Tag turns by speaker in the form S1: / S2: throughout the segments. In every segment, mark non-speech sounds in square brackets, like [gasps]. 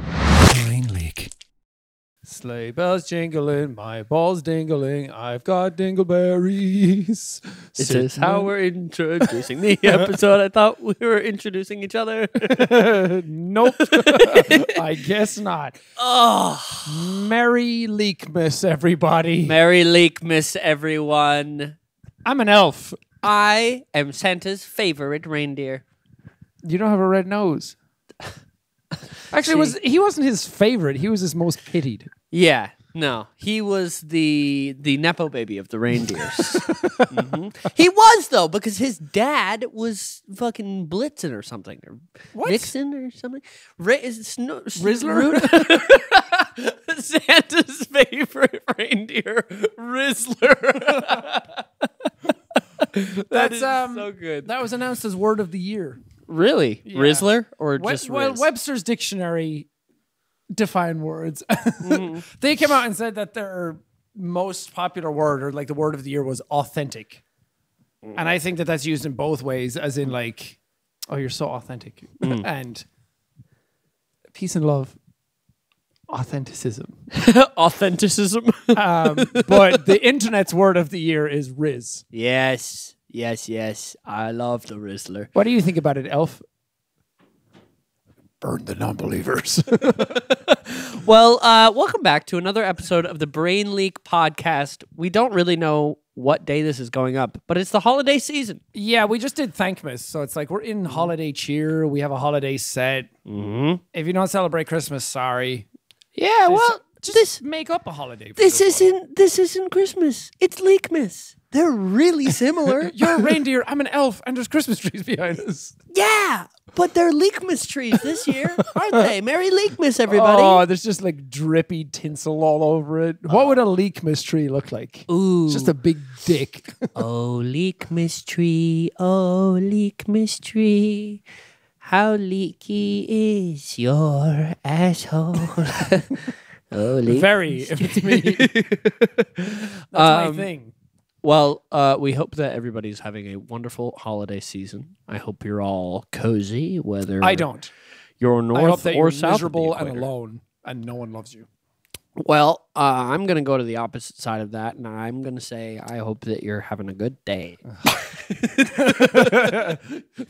S1: Brain leak.
S2: Sleigh bells jingling, my balls dingling. I've got dingleberries.
S3: This
S2: Sitting
S3: is how
S2: on-
S3: we're introducing the [laughs] episode. I thought we were introducing each [laughs] other.
S2: [laughs]
S3: [laughs]
S2: nope. I guess not.
S3: oh,
S2: Merry Leakmas, everybody.
S3: Merry Leak, Miss everyone.
S2: I'm an elf.
S3: I am Santa's favorite reindeer.
S2: You don't have a red
S3: [laughs]
S2: nose. Actually, it was he wasn't his favorite. He was his most pitied.
S3: Yeah, no, he was the the nepo baby of the [laughs] reindeers. Mhm. He was though, because his dad was fucking Blitzen or something, or Nixon or something. Ra- is it Sno-
S2: Rizzler?
S3: Ru- [laughs] Santa's favorite reindeer, Rizzler.
S2: That's
S3: is
S2: um
S3: so good.
S2: That was announced as word of the year.
S3: really, Rizzler or
S2: Web-
S3: just
S2: well, [laughs]
S3: Riz? [laughs]
S2: Webster's dictionary define words. [laughs] they came out and said that their most popular word or like the word of the year was authentic. And I think that that's used in both ways as in like oh you're so authentic [laughs] and peace and love [laughs] authenticism.
S3: Authenticism.
S2: Um, but the internet's word of the year is riz.
S3: yes, yes, yes. I love the Rizzler.
S2: What do you think about it, Elf? Burn the non-believers. [laughs]
S3: Well, uh, welcome back to another episode of the Brain Leak podcast. We don't really know what day this is going up, but it's the holiday season.
S2: Yeah, we just did Thankmas. So it's like we're in holiday cheer. We have a holiday set.
S3: Mm-hmm.
S2: If you don't celebrate Christmas, sorry.
S3: Yeah, well,
S2: just
S3: this
S2: make up a holiday. for
S3: this
S2: this one.
S3: isn't this isn't Christmas. It's Leakmas. They're really
S2: [laughs]
S3: similar.
S2: You're a reindeer. I'm an elf, and there's Christmas trees behind us.
S3: yeah, but they're Leakmas trees this year, aren't they? Merry Leakmas,
S2: Oh,
S3: everybody.
S2: there's just like drippy tinsel all over it. What would a leekmas tree look like?
S3: Ooh.
S2: It's just a big
S3: [laughs]
S2: dick.
S3: Oh, leak mystery, oh, leak mystery. How leaky is your asshole? [laughs] oh, leak.
S2: Very, if it's me. That's [laughs] my
S3: Um,
S2: thing.
S3: Well, uh, we hope that everybody's having a wonderful holiday season. I hope you're all cozy, whether
S2: I don't.
S3: you're north
S2: I hope that
S3: or
S2: you're
S3: south. of the
S2: miserable and
S3: equator.
S2: alone, and no one loves you.
S3: Well, uh, I'm going to go to the opposite side of that, and I'm going to say I hope that you're having a good day.
S2: [laughs]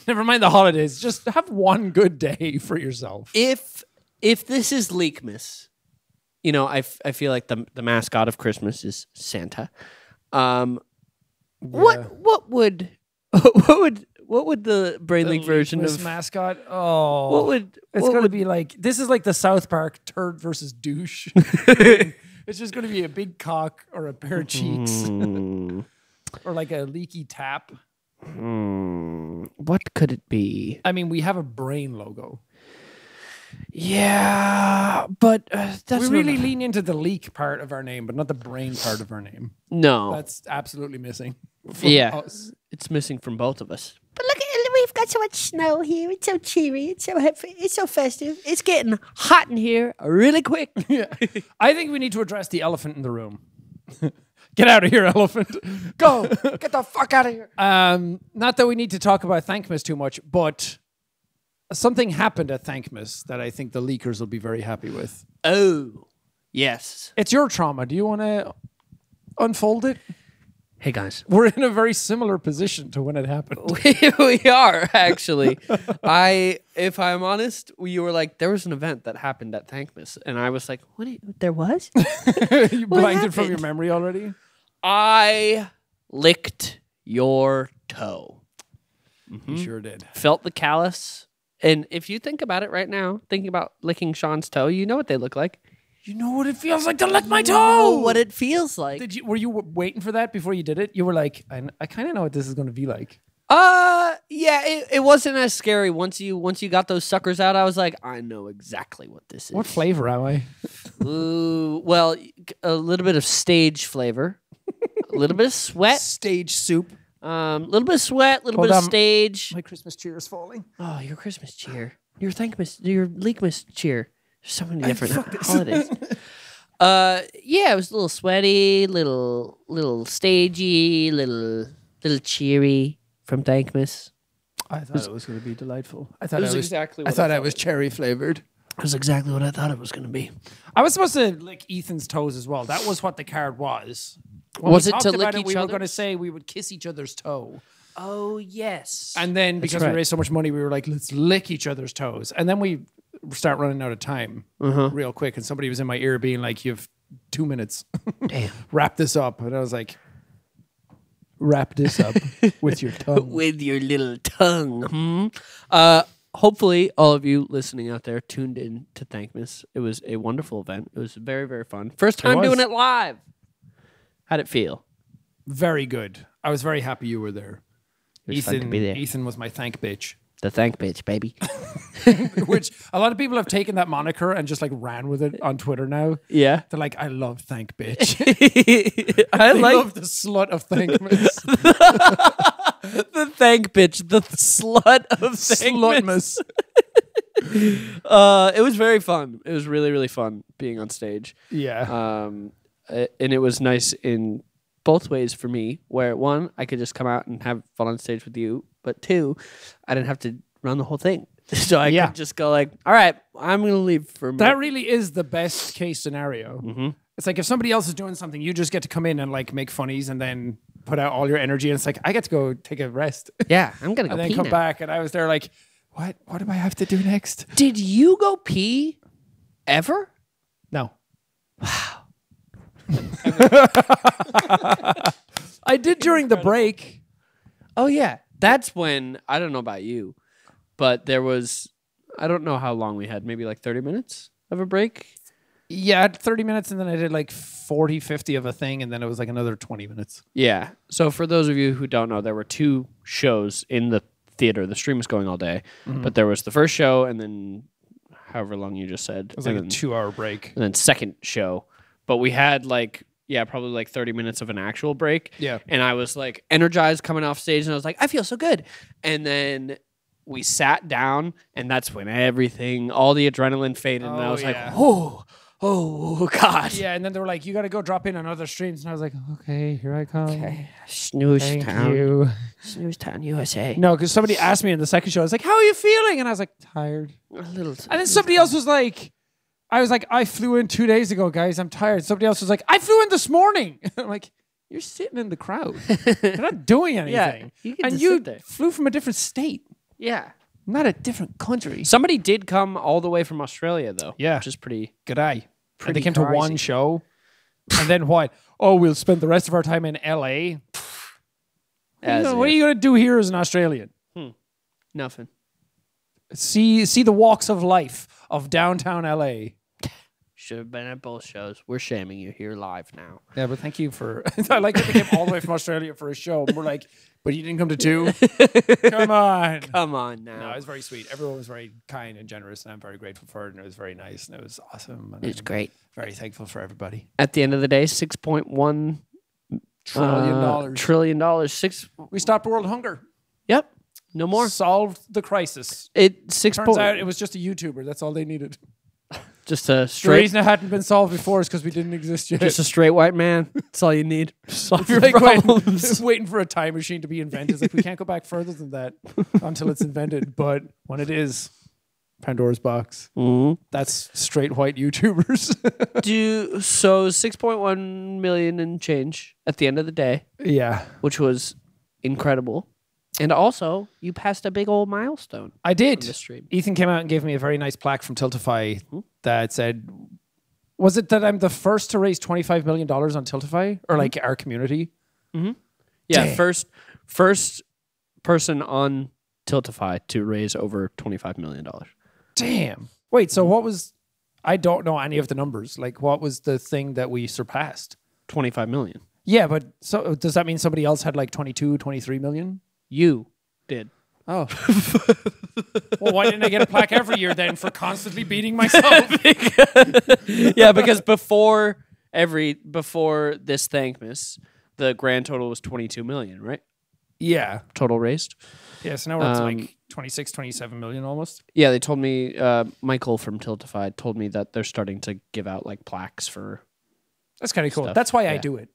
S2: Never mind the holidays. Just have one good day [laughs] for yourself.
S3: if if this is Leakmas, you know, I, f- I feel like the the mascot of Christmas is Santa. Um,
S2: Yeah.
S3: what what would [laughs] what would what would the brain leak version
S2: Christmas
S3: of
S2: mascot. Oh,
S3: what would
S2: it's
S3: what
S2: gonna
S3: would-
S2: be like? This is like the South Park turd versus
S3: [laughs]
S2: douche. [laughs] it's just gonna be a big cock or a pair of cheeks
S3: Hmm,
S2: [laughs] or like a leaky tap.
S3: hmm, what could it be?
S2: I mean, we have a brain logo.
S3: Yeah, but uh,
S2: we
S3: that's
S2: really lean into the leak part of our name, but not the brain part of our
S3: [laughs]
S2: name.
S3: no.
S2: That's absolutely missing. [laughs] from
S3: yeah,
S2: us.
S3: it's missing from both of us.
S4: But look, at- we've got so much snow here. It's so cheery. It's so hep- it's so festive. It's getting
S3: Hot in here, really quick.
S4: [laughs]
S2: Yeah. I think we need to address the elephant in the room. [laughs] Get out of here, elephant.
S3: [laughs]
S2: Go.
S4: get the fuck out of here.
S3: Uh,
S2: Um, not that we need to talk about Thankmas too much, but something happened at Thankmas that I think the leakers will be very happy with.
S3: Oh, yes.
S2: It's your trauma. Do you want to unfold it? [laughs]
S3: Hey guys, [laughs]
S2: We're in a very similar position to when it happened.
S3: we, we are actually. I, if I'm honest, you were like, there was an event that happened at Thankmas, and I was like, what? do you- there was?
S2: [laughs] you blanked it from
S3: happened?
S2: your memory already?
S3: [laughs] I licked your toe,
S2: You sure did.
S3: felt the callus, and if you think about it right now, thinking about licking Sean's toe, you know what they look like.
S2: You know what it feels like to lick my toe.
S3: what it feels like.
S2: did you, were you w- waiting for that before you did it? You were like, I, I kind of know what this is going to be like.
S3: Uh, yeah, it, it wasn't as scary once you once you got those suckers out. I was like, I know exactly what this is.
S2: What flavor am I?
S3: Ooh, well, y- a little bit of stage flavor, a little bit
S2: [laughs]
S3: of sweat,
S2: Stage soup.
S3: um, a little bit of sweat, a little
S2: Hold
S3: bit
S2: on.
S3: of stage.
S2: My Christmas cheer is falling.
S3: Oh, your Christmas cheer, your Thankmas, your Leekmas cheer. There's so many different [laughs]
S2: [laughs]
S3: holidays. uh, yeah, it was a little sweaty, little little stagey, little little cheery from Thankmas.
S2: I thought it was going to be delightful. I thought
S3: It was
S2: I
S3: exactly what I
S2: thought I was cherry flavored.
S3: It was exactly what I thought it was going to be.
S2: I was supposed to lick Ethan's toes as well. That was what the card was. When
S3: Was
S2: we
S3: it to
S2: talked
S3: lick
S2: about it,
S3: each
S2: we were
S3: other?
S2: going to say we would kiss each other's toe,
S3: Oh yes.
S2: and then because
S3: right.
S2: we raised so much money, we were like, let's lick each other's toes, and then we start running out of time real quick. And somebody was in my ear being like, "You've two minutes. [laughs]
S3: Damn.
S2: Wrap this up," and I was like, "Wrap this up with [laughs] your tongue."
S3: with your little tongue. Hmm? Uh, hopefully, all of you listening out there tuned in to Thankmas. It was a wonderful event. It was very, very fun. First time
S2: was.
S3: doing it live. How'd it feel?
S2: Very good. I was very happy you were there.
S3: was fun
S2: Ethan,
S3: to be there.
S2: Ethan was my thank bitch.
S3: The thank bitch, baby.
S2: [laughs] which a lot of people have taken that moniker and just like ran with it on Twitter now.
S3: Yeah.
S2: They're like, I love thank bitch.
S3: [laughs] [laughs] I
S2: I
S3: [laughs] like
S2: love the slut of thank
S3: [laughs]
S2: bitch.
S3: the thank bitch, the slut of thankmas.
S2: Slutmas.
S3: Uh, it was very fun. It was really, really fun being on stage.
S2: Yeah.
S3: um, uh, and it was nice in both ways for me. Where one, I could just come out and have fun on stage with you, but two, I didn't have to run the whole thing, [laughs] so I
S2: Yeah.
S3: could just go like, "All right, I'm gonna leave for a
S2: that
S3: minute."
S2: really is the best case scenario.
S3: Mm-hmm.
S2: It's like if somebody else is doing something, you just get to come in and like make funnies and then put out all your energy. And it's like, I get to go take a rest
S3: [laughs] yeah, I'm gonna go
S2: and then
S3: pee
S2: come
S3: now.
S2: back. And I was there like, what? What do I have to do next?
S3: Did you go pee ever?
S2: No. I did during the break.
S3: Oh yeah, that's when I don't know about you, but there was I don't know how long we had, maybe like 30 minutes of a break.
S2: Yeah, I had 30 minutes and then I did like 40, 50 of a thing and then it was like another 20 minutes.
S3: Yeah. So for those of you who don't know, there were two shows in the theater. The stream was going all day,
S2: Mm-hmm.
S3: but there was the first show and then however long you just said,
S2: It was
S3: and,
S2: like a
S3: then,
S2: two hour break.
S3: and then second show. But we had like yeah, probably like 30 minutes of an actual break.
S2: Yeah.
S3: And I was like energized coming off stage and I was like, I feel so good. And then we sat down and that's when everything, all the adrenaline faded and I
S2: Oh,
S3: was
S2: yeah.
S3: like, "Oh, oh [laughs] god."
S2: Yeah, and then they were like, you got to go drop in on other streams. And I was like, okay, here I come.
S3: Snooze
S2: Thank
S3: town.
S2: you.
S3: Snooze town USA.
S2: No, because somebody asked me in the second show, I was like, how are you feeling? And I was like, tired.
S3: A little
S2: And then somebody else was like, I was like, I flew in two days ago, guys. I'm tired. Somebody else was like, I flew in this morning. [laughs] I'm like, you're sitting in the
S3: [laughs]
S2: crowd. You're not doing anything.
S3: you get
S2: and
S3: to
S2: you
S3: sit there.
S2: flew from a different state,
S3: Yeah.
S2: not a different country.
S3: Somebody did come all the way from Australia though.
S2: Yeah.
S3: Which is pretty
S2: Good eye. And
S3: Pretty
S2: they came to
S3: crazy.
S2: one show. and then what? Oh, we'll spend the rest of our time in LA. You
S3: as
S2: know, what are
S3: if.
S2: you going to do here as an Australian?
S3: nothing.
S2: See see the walks of life of downtown LA.
S3: Should have been at both shows. We're shaming you here live now.
S2: Yeah, but thank you for. [laughs] I like that they came all the way from Australia for a show. And we're like, but you didn't come to two? come on.
S3: Come on now.
S2: No, it was very sweet. Everyone was very kind and generous, and I'm very grateful for it. And it was very nice, and it was awesome. And
S3: it's
S2: I'm
S3: great.
S2: Very thankful for everybody.
S3: At the end of the day, six point one uh,
S2: Trillion dollars.
S3: Trillion dollars. Six
S2: we stopped world hunger.
S3: Yep. No more.
S2: Solved the crisis.
S3: It six
S2: Turns
S3: point
S2: out it was just a YouTuber. That's all they needed. [laughs]
S3: just a
S2: The
S3: straight
S2: reason it hadn't been solved before is because we didn't exist yet.
S3: just a straight white man. That's all you need. [laughs] Solve
S2: [laughs]
S3: your
S2: Like when- [laughs]
S3: problems.
S2: waiting for a time machine to be invented. It's like we can't go back further than that until it's invented. But when it is, Pandora's box.
S3: Mhm.
S2: That's straight white YouTubers. [laughs]
S3: Do so six point one million and change at the end of the day.
S2: yeah,
S3: which was incredible. And also, you passed a big old milestone.
S2: I did.
S3: the stream.
S2: Ethan came out and gave me a very nice plaque from Tiltify that said, "Was it that I'm the first to raise twenty five million dollars on Tiltify or like our community?"
S3: Yeah, first first person on Tiltify to raise over twenty five million dollars.
S2: Damn. Wait. So what was? I don't know any of the numbers. Like, what was the thing that we surpassed?
S3: Twenty five million.
S2: Yeah, but so does that mean somebody else had like 22, 23 million?
S3: You did.
S2: Oh. well, why didn't I get a plaque every year then for constantly beating myself?
S5: [laughs] [laughs] yeah, because before every before this Thankmas, the grand total was 22 million, right?
S2: yeah.
S5: Total raised.
S2: Yeah, so now we're up to
S5: Um,
S2: like 26, 27 million almost.
S5: Yeah, they told me uh, Michael from Tiltified told me that they're starting to give out like plaques for
S2: That's kind of cool. That's why I
S5: yeah.
S2: do it.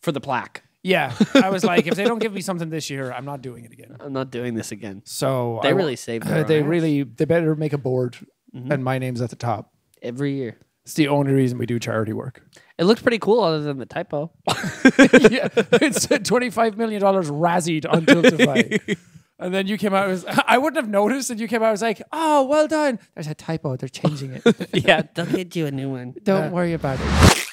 S5: for the plaque.
S2: Yeah. I was like, if they don't give me something this year, I'm not doing it again.
S5: I'm not doing this again.
S2: So
S5: They
S2: I-
S5: really saved their
S2: [laughs] they
S5: ass. Mm-hmm.
S2: really they better make a board and my name's at the top.
S5: Every year.
S2: It's the only reason we do charity work.
S5: It looked pretty cool other than the typo.
S2: [laughs] yeah, it's twenty-five million dollars razzied on Tiltify. And then you came out. As, I wouldn't have noticed, and you came out. I was like, "Oh, well done." There's a typo. They're changing it.
S5: yeah.
S3: [laughs] They'll get you a new one.
S2: [laughs] Don't worry about it.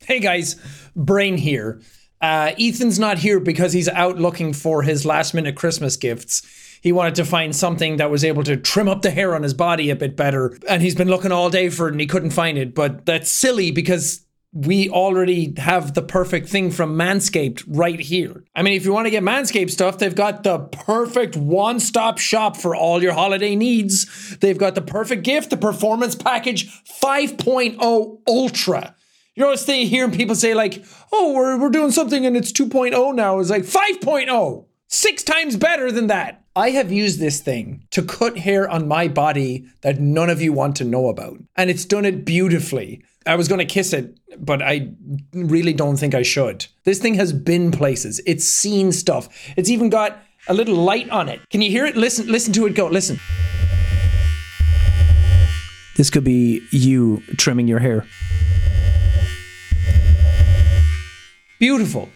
S2: Hey guys, Brain here. Uh, Ethan's not here because he's out looking for his last minute Christmas gifts. He wanted to find something that was able to trim up the hair on his body a bit better. And he's been looking all day for it and he couldn't find it. But that's silly because we already have the perfect thing from Manscaped right here. I mean, if you want to get Manscaped stuff, they've got the perfect one stop shop for all your holiday needs. They've got the perfect gift, the Performance Package 5.0 Ultra. You're always staying here and people say, like, oh, we're, we're doing something and it's 2.0 now. It's like 5.0, six times better than that. I have used this thing to cut hair on my body that none of you want to know about. And it's done it beautifully. I was going to kiss it, but I really don't think I should. This thing has been places. It's seen stuff. It's even got a little light on it. Can you hear it? Listen, listen to it go. Listen. This could be you trimming your hair. Beautiful.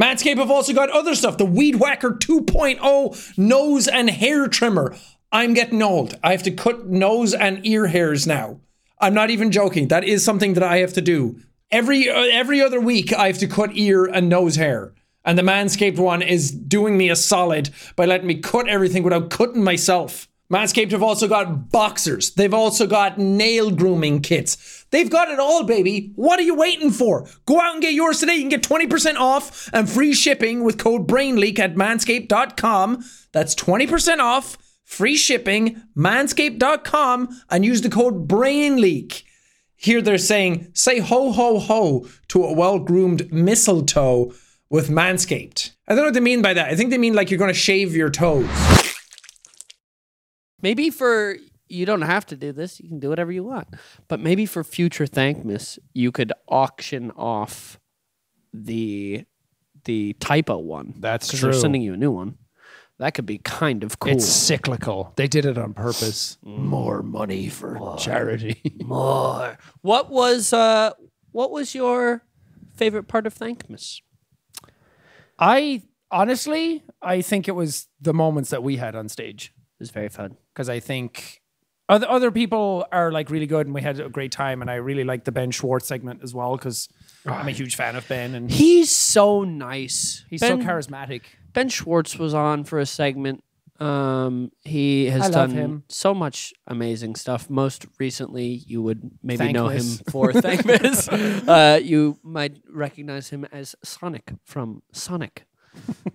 S2: Manscaped have also got other stuff. The Weed Whacker 2.0 nose and hair trimmer. I'm getting old. I have to cut nose and ear hairs now. I'm not even joking. That is something that I have to do. Every uh, every other week I have to cut ear and nose hair. And the Manscaped one is doing me a solid by letting me cut everything without cutting myself. Manscaped have also got boxers. They've also got nail grooming kits. They've got it all, baby. What are you waiting for? Go out and get yours today. You can get 20% off and free shipping with code BRAINLEAK at manscaped.com. That's 20% off, free shipping, manscaped.com, and use the code BRAINLEAK. Here they're saying, say ho ho ho to a well groomed mistletoe with Manscaped. I don't know what they mean by that. I think they mean like you're going to shave your toes.
S3: Maybe for you don't have to do this. You can do whatever you want. But maybe for future Thankmas, you could auction off the the typo one.
S2: That's
S3: 'Cause They're
S2: true.
S3: sending you a new one. That could be kind of cool. Mm.
S2: It's cyclical. They did it on purpose. More money for
S3: [laughs]
S2: charity.
S3: More. What was uh what was your favorite part of Thankmas?
S2: I honestly, I think it was the moments that we had on stage
S3: It was very fun.
S2: because I think other other people are like really good and we had a great time and I really liked the Ben Schwartz segment as well because I'm a huge fan of Ben and
S3: He's so nice.
S2: he's
S3: ben,
S2: so charismatic.
S3: Ben Schwartz was on for a segment. Um, he has
S2: I
S3: done
S2: love him.
S3: so much amazing stuff. Most recently, you would maybe know
S2: [laughs]
S3: him
S2: Thankmas.
S3: for Thankmas. uh, you might recognize him as Sonic from
S2: [laughs]
S3: Sonic.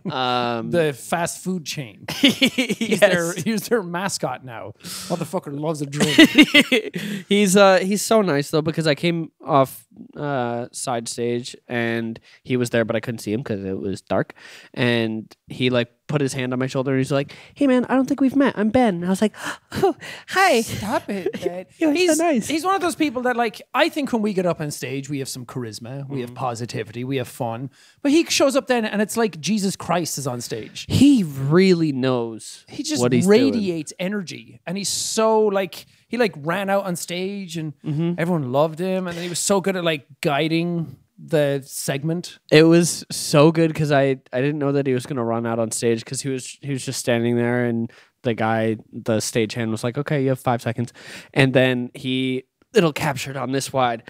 S3: Um,
S2: The fast food chain. [laughs] He's, their,
S3: yes.
S2: he's their mascot now. Motherfucker loves a [laughs] drink.
S3: [laughs] he's uh he's so nice though because I came off uh side stage and he was there but I couldn't see him because it was dark and he like put his hand on my shoulder and he's like hey man I don't think we've met I'm Ben and I was like [gasps] oh, hi
S2: Stop it, [laughs] Dad.
S3: You're so
S2: he's,
S3: nice.
S2: he's one of those people that, like, I think when we get up on stage, we have some charisma, we have positivity, we have fun. But he shows up then and it's like Jesus Christ is on stage.
S3: he really knows
S2: he just
S3: what he's doing.
S2: radiates energy and he's so like he like ran out on stage and everyone loved him and he was so good at like guiding the [laughs] segment
S3: It was so good because I I didn't know that he was gonna run out on stage because he was he was just standing there and the guy the stagehand was like okay you have five seconds and then he it'll capture it on this wide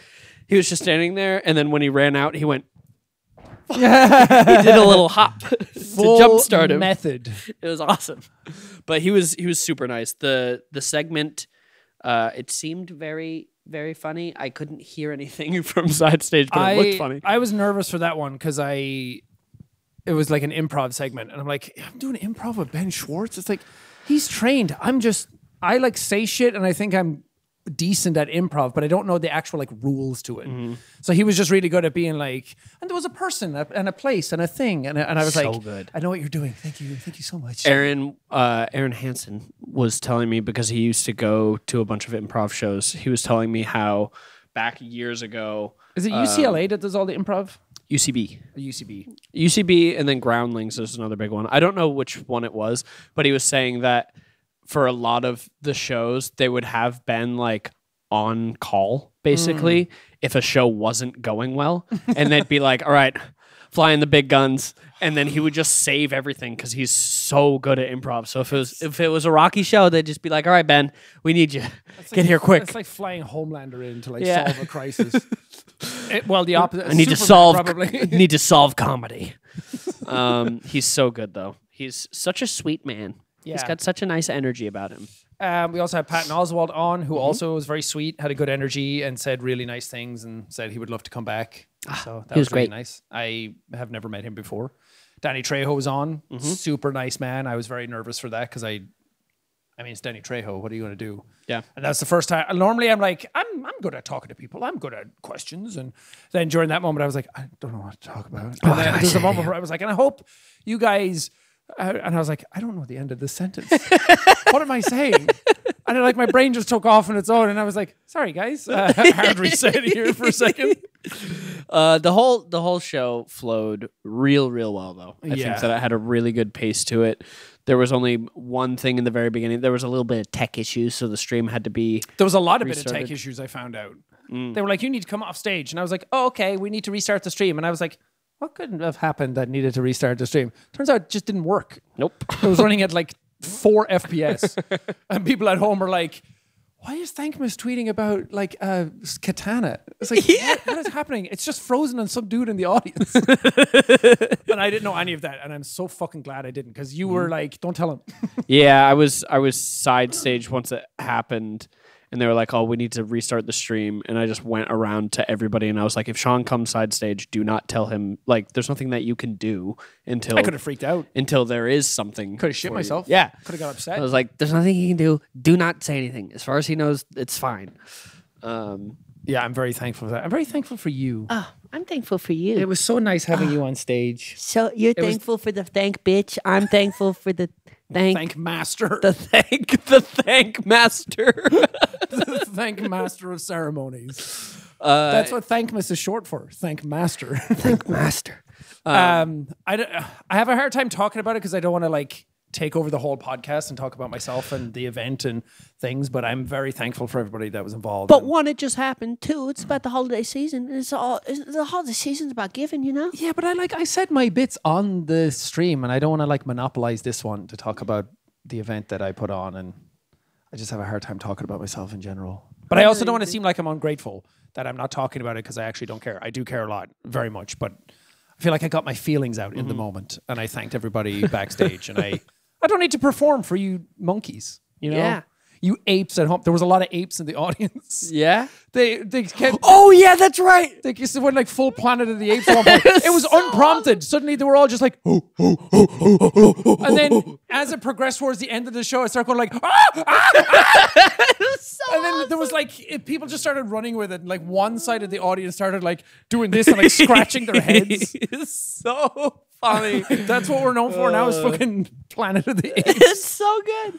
S3: he was just standing there and then when he ran out he went
S2: [laughs]
S3: he did a little hop [laughs] to jumpstart him
S2: method
S3: it was awesome but he was he was super nice the the segment uh it seemed very very funny I couldn't [laughs] hear anything from side stage but it
S2: I,
S3: looked funny
S2: I was nervous for that one because I it was like an improv segment, and I'm like, I'm doing improv with Ben Schwartz. It's like he's trained. I'm just I like say shit, and I think I'm decent at improv, but I don't know the actual like rules to it.
S3: Mm-hmm.
S2: So he was just really good at being like, and there was a person a- and a place and a thing, and, and I was
S3: So
S2: like,
S3: good.
S2: I know what you're doing. Thank you, thank you so much.
S3: Aaron uh, Aaron Hansen was telling me because he used to go to a bunch of improv shows. He was telling me how back years ago
S2: Is it UCLA that does all the improv?
S3: UCB
S2: Or UCB?
S3: UCB and then Groundlings is another big one. I don't know which one it was, but he was saying that for a lot of the shows, they would have been like on call basically if a show wasn't going well. and they'd be like, all right, fly in the big guns. And then he would just save everything because he's so good at improv. So if it was if it was a rocky show, they'd just be like, all right, Ben, we need you. Get here quick.
S2: It's like flying Homelander in to like
S3: Yeah.
S2: solve a crisis. [laughs] It- well, the opposite.
S3: I need to
S2: Superman
S3: solve.
S2: probably.
S3: [laughs] need to solve comedy. [laughs] Um, he's so good though. He's such a sweet man. He's
S2: Yeah.
S3: got such a nice energy about him.
S2: Um, we also had Patton Oswald on,
S3: mm-hmm.
S2: who also was very sweet, had a good energy, and said really nice things, and said he would love to come back. So that
S3: Ah, he
S2: was,
S3: was
S2: really
S3: great.
S2: nice. I have never met him before. Danny Trejo was on,
S3: Mm-hmm.
S2: super nice man. I was very nervous for that because I, I mean, it's Danny Trejo. What are you going to do?
S3: Yeah.
S2: And that's the first time. and Normally, I'm like, I'm I'm good at talking to people. I'm good at questions. And then during that moment, I was like, I don't know what to talk about. And then there's a moment where I was like, and I hope you guys. uh, and I was like, I don't know the end of this sentence. what am I saying? And then, like my brain just took off on its own, and I was like, sorry guys, uh, [laughs] hard reset here for a second.
S3: Uh, the whole the whole show flowed real real well though. I
S2: Yeah.
S3: think that it had a really good pace to it. There was only one thing in the very beginning. There was a little bit of tech issues, so the stream had to be.
S2: There was a lot of bit of
S3: Restarted. Mm.
S2: tech issues I found out. They were like, you need to come off stage, and I was like, oh okay, we need to restart the stream, and I was like. What couldn't have happened that needed to restart the stream? Turns out it just didn't work.
S3: Nope.
S2: [laughs] It was running at
S3: [laughs]
S2: like four FPS, and people at home are like, "Why is Thankmas tweeting about like uh, s- Katana?" It's
S3: [laughs]
S2: like, what- what is happening? It's just frozen on some dude in the audience. and I didn't know any of that, and I'm so fucking glad I didn't because you
S3: Mm.
S2: were like, "Don't
S3: [laughs]
S2: tell him."
S3: Yeah, I was I was side stage once it happened, and they were like, "Oh, we need to restart the stream." And I just went around to everybody, and I was like, "If Sean comes side stage, do not tell him. Like, there's nothing that you can do until
S2: I could have freaked out.
S3: until there is something.
S2: Could have shit
S3: for you."
S2: myself.
S3: Yeah,
S2: Could have got upset.
S3: I was like, "There's nothing he can do. Do not [laughs] say anything. As far as he knows, it's fine." Um,
S2: yeah, I'm very thankful for that. I'm very thankful for you.
S6: Oh, I'm thankful for you.
S2: was so nice having you on stage.
S6: so you're
S2: was-
S6: thankful for the thank bitch. I'm thankful
S3: [laughs]
S6: for the thank.
S2: [sighs] Thank [laughs] master.
S3: the thank the thank master. [laughs]
S2: thank master of ceremonies. [sighs]
S3: Uh,
S2: That's what thankmas is short for. Thank [laughs] master.
S3: master.
S2: Um, I, d- I have a hard time talking about it because I don't want to like take over the whole podcast and talk about myself and the event and things. But I'm very thankful for everybody that was involved.
S6: But one, it just happened. Two, it's about the holiday season. It's all it's, the holiday season's about giving, you know.
S2: yeah, but I like I said my bits on the stream, and I don't want to like monopolize this one to talk about the event that I put on, and I just have a hard time talking about myself in general. But I also don't want to seem like I'm ungrateful that I'm not talking about it because I actually don't care. I do care a lot, very much, but I feel like I got my feelings out in the moment, and I thanked everybody backstage, and I I don't need to perform for you monkeys, you know.
S3: Yeah.
S2: You apes at home. There was a lot of apes in the [laughs] audience.
S3: Yeah.
S2: They they kept
S7: Oh yeah, that's right.
S2: like it's when like full Planet of the Apes. at one [laughs] point. it was unprompted. Suddenly they were all just like, "Oh, oh, oh, oh, oh, oh, oh," and then as it progressed towards the end of the show, I started going like, ah, ah, [laughs] ah." and then there was like it, people just started running with it. Like one side of the audience started like doing this and like scratching their heads. [laughs]
S7: It's so funny.
S2: That's what we're known for now is fucking Planet of [laughs] the Apes.
S7: it's so good.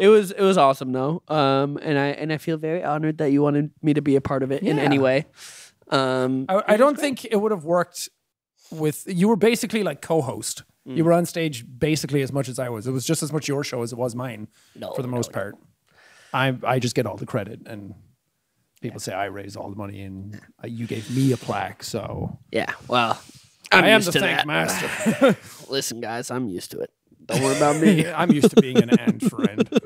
S3: It was it was awesome though, um, and I and I feel very honored that you wanted me to be a part of it in any
S2: Yeah.
S3: way. Um,
S2: I, I don't think it would have worked with you were basically like co-host.
S3: Mm.
S2: You were on stage basically as much as I was. It was just as much your show as it was mine for the most part. I I just get all the credit and people say I raised all the money and uh, you gave me a plaque. So
S3: yeah, well, I'm
S2: I am
S3: used
S2: the
S3: to
S2: thank
S3: that.
S2: master.
S3: [laughs] Listen, guys, I'm used to it. Don't worry about me.
S2: I'm used to being an and friend.
S3: [laughs]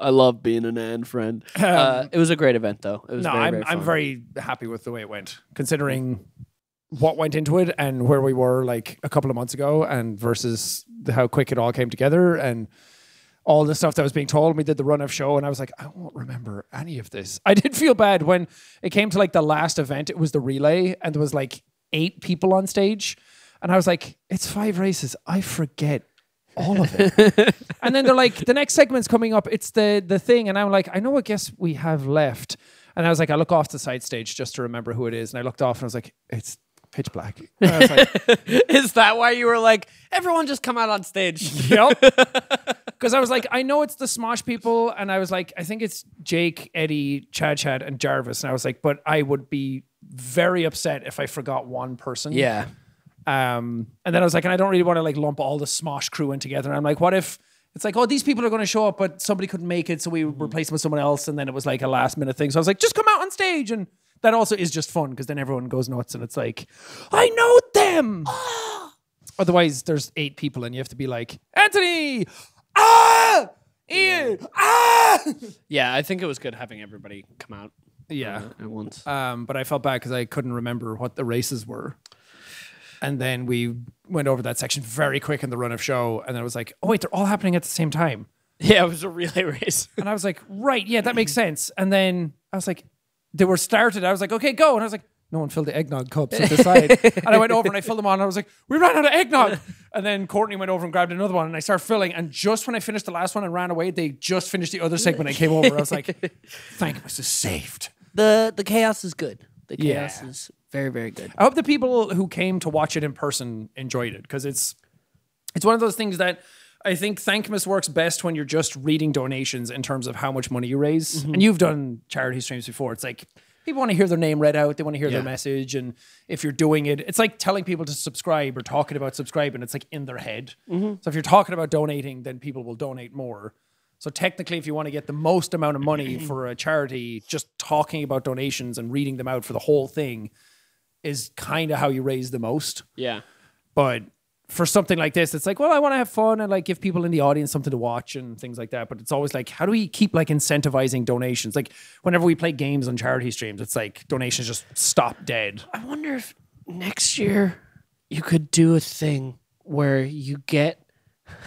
S3: I love being an and [laughs] friend. uh, it was a great event though. It was
S2: No,
S3: very,
S2: I'm
S3: very
S2: I'm
S3: fun.
S2: very happy with the way it went, considering what went into it and where we were like a couple of months ago, and versus the- how quick it all came together and all the stuff that was being told. We did the run of show, and I was like, I won't remember any of this. [laughs] I did feel bad when it came to like the last event. It was the relay, and there was like eight people on stage. And I was like, it's five races. I forget all of it. and then they're like, the next segment's coming up. It's the the thing. And I'm like, I know what guess we have left. And I was like, I look off the side stage just to remember who it is. And I looked off and I was like, it's pitch black. And I was like,
S3: [laughs]
S7: Is that why you were like, everyone just come out on
S3: [laughs]
S7: stage?
S2: Yep. Because I was like, I know it's the Smosh people, and I was like, I think it's Jake, Eddie, Chad, Chad, and Jarvis, and I was like, but I would be very upset if I forgot one person.
S7: Yeah.
S2: Um, and then I was like, and I don't really want to like lump all the Smosh crew in together. And I'm like, what if it's like, oh, these people are going to show up, but somebody couldn't make it, so we replaced them with someone else, and then it was like a last minute thing. So I was like, just come out on stage, and that also is just fun because then everyone goes nuts, and it's like, I know them. [gasps] Otherwise, there's eight people, and you have to be like, Anthony, ah, Ian, ah.
S3: Yeah, I think it was good having everybody come out Uh,
S2: Yeah.
S3: at once.
S2: Um, but I felt bad because I couldn't remember what the races were. And then we went over that section very quick in the run of show, and then I was like, oh wait, they're all happening at the same time.
S3: [laughs] yeah, it was a relay [laughs] race.
S2: And I was like, right, yeah, that makes sense. And then I was like, they were started. I was like, okay, go. And I was like, no one filled the eggnog cups at the side. and I went over and I filled them on. And I was like, we ran out of eggnog. And then Courtney went over and grabbed another one. And I started filling. And just when I finished the last one and ran away, they just finished the other segment. I came over. I was like, thank goodness is saved.
S7: The the chaos is good. The
S2: Yeah.
S7: chaos is very, very good.
S2: I hope the people who came to watch it in person enjoyed it because it's it's one of those things that I think Thankmas works best when you're just reading donations in terms of how much money you raise. And you've done charity streams before. It's like people want to hear their name read out, they want to hear their message. And if you're doing it, it's like telling people to subscribe or talking about subscribing. It's like in their head. So if you're talking about donating, then people will donate more. So technically, if you want to get the most amount of money for a charity, just talking about donations and reading them out for the whole thing is kind of how you raise the most.
S3: Yeah.
S2: But for something like this, it's like, well, I want to have fun and like give people in the audience something to watch and things like that. But it's always like, how do we keep like incentivizing donations? Like whenever we play games on charity streams, it's like donations just stop dead.
S3: I wonder if next year you could do a thing where you get [laughs]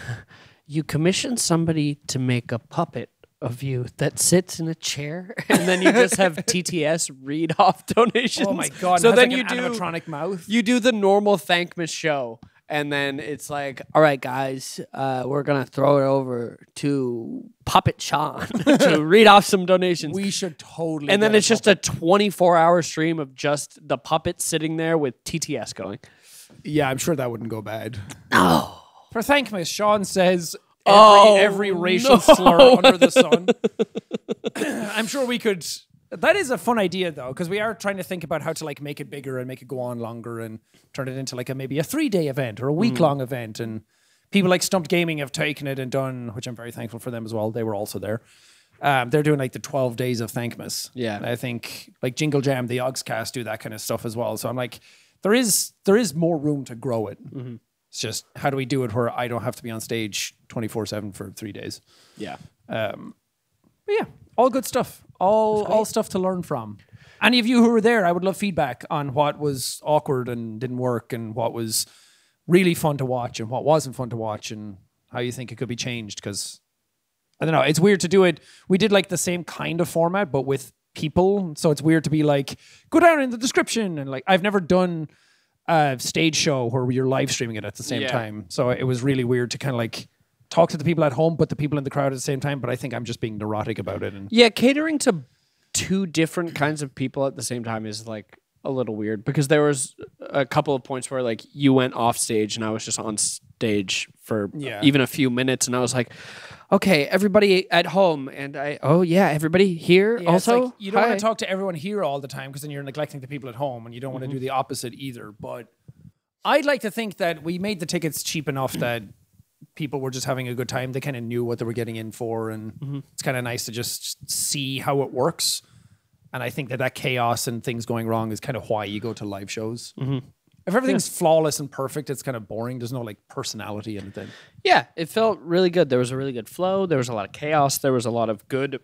S3: you commission somebody to make a puppet of you that sits in a chair [laughs] and then you just
S7: [laughs]
S3: have TTS read off [laughs] donations.
S2: Oh my god!
S3: So
S2: it has,
S3: then
S2: like,
S3: you
S2: an
S3: do
S2: animatronic mouth.
S3: you do the normal Thankmas show and then it's like
S7: All right, guys, uh, we're gonna throw it over to Puppet Sean [laughs]
S3: [laughs]
S7: to read off some donations.
S2: We should totally.
S3: and then
S2: get a
S3: it's just a 24 hour stream of just the puppet sitting there with TTS going.
S2: puppet. yeah. I'm sure that wouldn't go bad.
S7: no,
S2: For thank me, Sean says every,
S7: Oh,
S2: every racial slur under the [laughs] sun. I'm sure we could. That is a fun idea though, because we are trying to think about how to like make it bigger and make it go on longer and turn it into like a maybe a three day event or a week long event. And people like Stumped Gaming have taken it and done, which I'm very thankful for them as well. They were also there. Um, they're doing like the 12 days of Thankmas.
S3: Yeah.
S2: And I think like Jingle Jam, the Ogscast do that kind of stuff as well. So I'm like, there is there is more room to grow it. It's just how do we do it where I don't have to be on stage 24 7 for three days?
S3: Yeah.
S2: But yeah, all good stuff. All all stuff to learn from. Any of you who were there, I would love feedback on what was awkward and didn't work, and what was really fun to watch, and what wasn't fun to watch, and how you think it could be changed. Because I don't know, it's weird to do it. We did like the same kind of format, but with people, so it's weird to be like, go down in the description, and like I've never done a stage show where you're live streaming it at the same
S3: Yeah.
S2: time, so it was really weird to kind of like. Talk to the people at home, but the people in the crowd at the same time. But I think I'm just being neurotic about it. And
S3: Yeah, catering to two different kinds of people at the same time is like a little weird because there was a couple of points where like you went off stage and I was just on stage for
S2: Yeah.
S3: even a few minutes and I was like, okay, everybody at home and I oh yeah, everybody here
S2: Yeah, it's
S3: also.
S2: like you don't want
S3: Hi.
S2: to talk to everyone here all the time because then you're neglecting the people at home, and you don't want
S3: Mm-hmm.
S2: to do the opposite either. But I'd like to think that we made the tickets cheap
S3: [clears throat]
S2: enough that people were just having a good time. They kind of knew what they were getting in for, and
S3: Mm-hmm.
S2: it's kind of nice to just see how it works. And I think that that chaos and things going wrong is kind of why you go to live shows.
S3: Mm-hmm.
S2: If everything's flawless and perfect, it's kind of boring. There's no like personality in it. Then
S3: Yeah, it felt really good. There was a really good flow. There was a lot of chaos. There was a lot of good,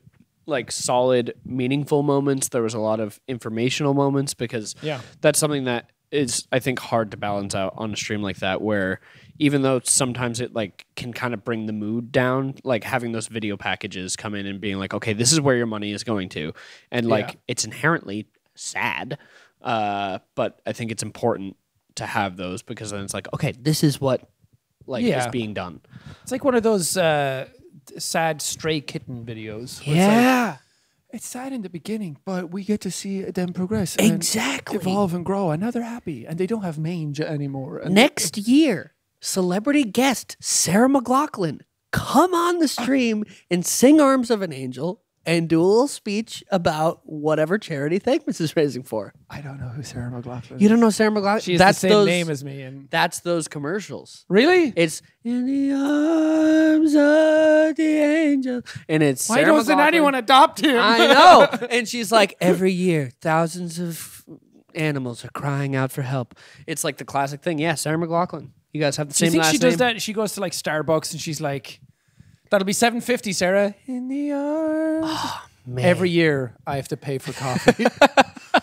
S3: like solid, meaningful moments. There was a lot of informational moments because
S2: Yeah.
S3: that's something that is I think hard to balance out on a stream like that where even though sometimes it like can kind of bring the mood down, like having those video packages come in and being like, okay, this is where your money is going to, and like
S2: Yeah.
S3: it's inherently sad, uh, but I think it's important to have those because then it's like, okay, this is what like
S2: Yeah.
S3: is being done.
S2: It's like one of those uh, sad stray kitten videos. where It's, like,
S7: Yeah.
S2: it's sad in the beginning, but we get to see them progress. and
S7: Exactly.
S2: evolve and grow, and now they're happy, and they don't have mange anymore. And
S7: Next year, celebrity guest Sarah McLaughlin come on the stream and sing "Arms of an Angel" and do a little speech about whatever charity Thankmas is raising for.
S2: I don't know who Sarah McLaughlin.
S7: You don't know Sarah McLaughlin?
S2: She has
S7: that's
S2: the same
S7: those,
S2: name as me. And
S7: that's those commercials.
S2: really,
S7: It's in the arms of the angel, and it's
S2: why
S7: Sarah
S2: doesn't
S7: McLachlan.
S2: anyone adopt him?
S7: I know. [laughs] And she's like, every year, thousands of animals are crying out for help. It's like the classic thing. Yeah, Sarah McLaughlin. You guys have the
S2: Do you
S7: same
S2: think
S7: last
S2: she does
S7: name.
S2: that? She goes to like Starbucks and she's like, "That'll be seven fifty, Sarah." In the arms.
S7: Ah, Man.
S2: Every year, I have to pay for
S7: [laughs]
S2: coffee.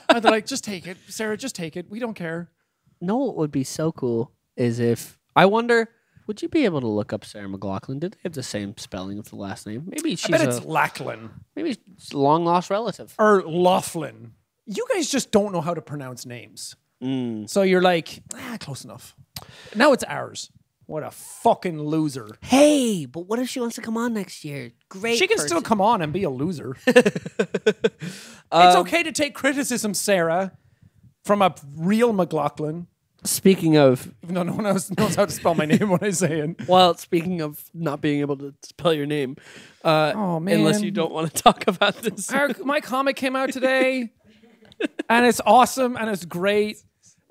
S2: and they're like, "Just take it, Sarah. Just take it. We don't care."
S7: know what would be so cool is if I wonder. Would you be able to look up Sarah McLaughlin? Did they have the same spelling of the last name? Maybe she's
S2: I bet
S7: a,
S2: it's Lachlan
S7: maybe she's a long lost relative.
S2: or Laughlin. You guys just don't know how to pronounce names, so you're like, "Ah, close enough." Now it's ours. What a fucking loser!
S7: Hey, but what if she wants to come on next year? Great.
S2: She can still come on and be a loser. it's okay to take criticism, Sarah, from a real McLaughlin.
S7: Speaking of
S2: Even though no one else knows how to spell my name when I say it.
S7: Well, speaking of not being able to spell your name, uh,
S2: Oh,
S7: unless
S2: man.
S7: you don't want to talk about this. [laughs]
S2: Our, my comic came out today, and it's awesome and it's great.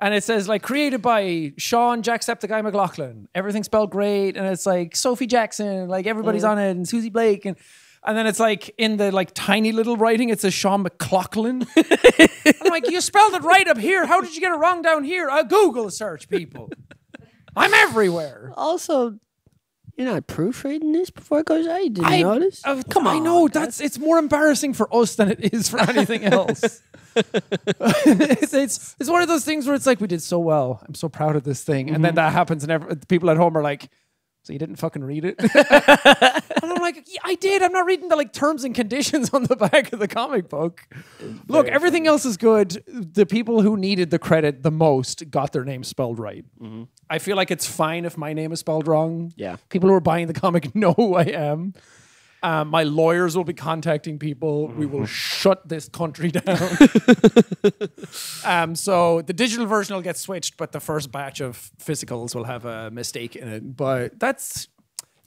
S2: And it says, like, created by Sean Jacksepticeye McLaughlin. Everything spelled great. And it's like Sophie Jackson, like, everybody's on it, and Susie Blake. And and then it's like in the like tiny little writing, it says Sean McLaughlin. I'm like, you spelled it right up here. How did you get it wrong down here? A Google search, people. I'm everywhere.
S7: Also, you're not proofreading this before it goes out. You didn't
S2: I-
S7: notice?
S2: uh, come on. I know that's it's more embarrassing for us than it is for anything else. [laughs] it's, it's it's one of those things where it's like we did so well. I'm so proud of this thing, and then that happens, and every, people at home are like. So you didn't fucking read it, [laughs] and I'm like, yeah, I did. I'm not reading the like terms and conditions on the back of the comic book. Look, everything else is good. The people who needed the credit the most got their name spelled right. I feel like it's fine if my name is spelled wrong.
S3: Yeah.
S2: People who are buying the comic [laughs] know who I am. Um, my lawyers will be contacting people. We will shut this country down. um, so the digital version will get switched, but the first batch of physicals will have a mistake in it. But that's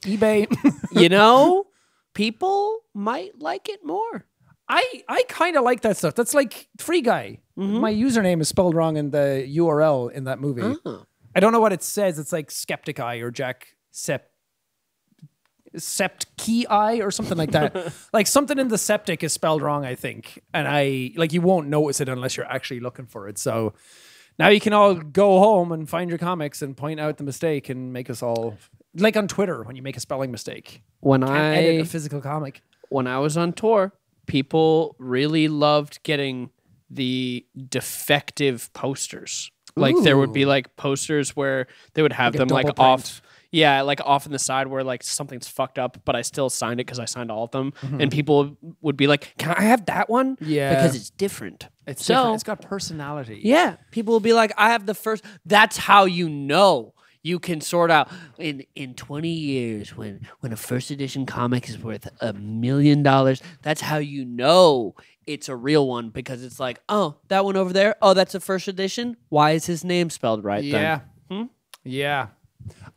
S2: eBay. [laughs]
S7: you know, people might like it more.
S2: I, I kind of like that stuff. That's like Free Guy. My username is spelled wrong in the URL in that movie. I don't know what it says. It's like Skeptic Eye or Jack Sep Sept Key Eye or something like that. like something in the septic is spelled wrong, I think. And I like you won't notice it unless you're actually looking for it. So now you can all go home and find your comics and point out the mistake and make us all like on Twitter when you make a spelling mistake.
S3: When
S2: And edit a
S3: I
S2: physical comic.
S3: when I was on tour, people really loved getting the defective posters. Like there would be like posters where they would have
S2: Like a
S3: them like
S2: double print.
S3: off yeah, like off in the side where like something's fucked up, but I still signed it because I signed all of them.
S2: Mm-hmm.
S3: And people would be like, Can I have that one?
S2: Yeah.
S3: Because it's different.
S2: It's
S7: So-
S2: different. it's got personality.
S7: Yeah. People will be like, I have the first. That's how you know. You can sort out in in twenty years when when a first edition comic is worth a million dollars. That's how you know it's a real one because it's like, oh, that one over there. Oh, that's a first edition. Why is his name spelled right?
S2: Yeah. Hmm?
S7: then?
S2: Yeah.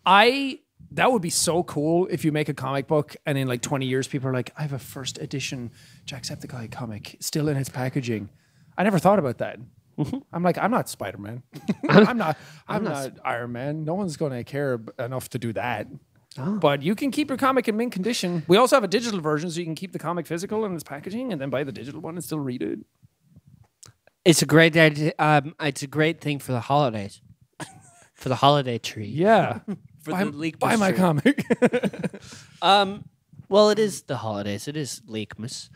S2: I that would be so cool if you make a comic book and in like 20 years people are like, I have a first edition Jacksepticeye comic still in its packaging. I never thought about that. I'm like, I'm not Spider Man. I'm not. I'm, not, Iron Man. No one's going to care ab- enough to do that. But you can keep your comic in mint condition. We also have a digital version, so you can keep the comic physical in its packaging, and then buy the digital one and still read it.
S7: It's a great idea. Um, it's a great thing for the holidays, [laughs] for the holiday
S2: [laughs]
S7: tree.
S2: Yeah,
S7: for
S2: buy,
S7: the leak.
S2: buy my
S7: tree.
S2: comic.
S7: Um, well, it is the holidays. It is Leakmas.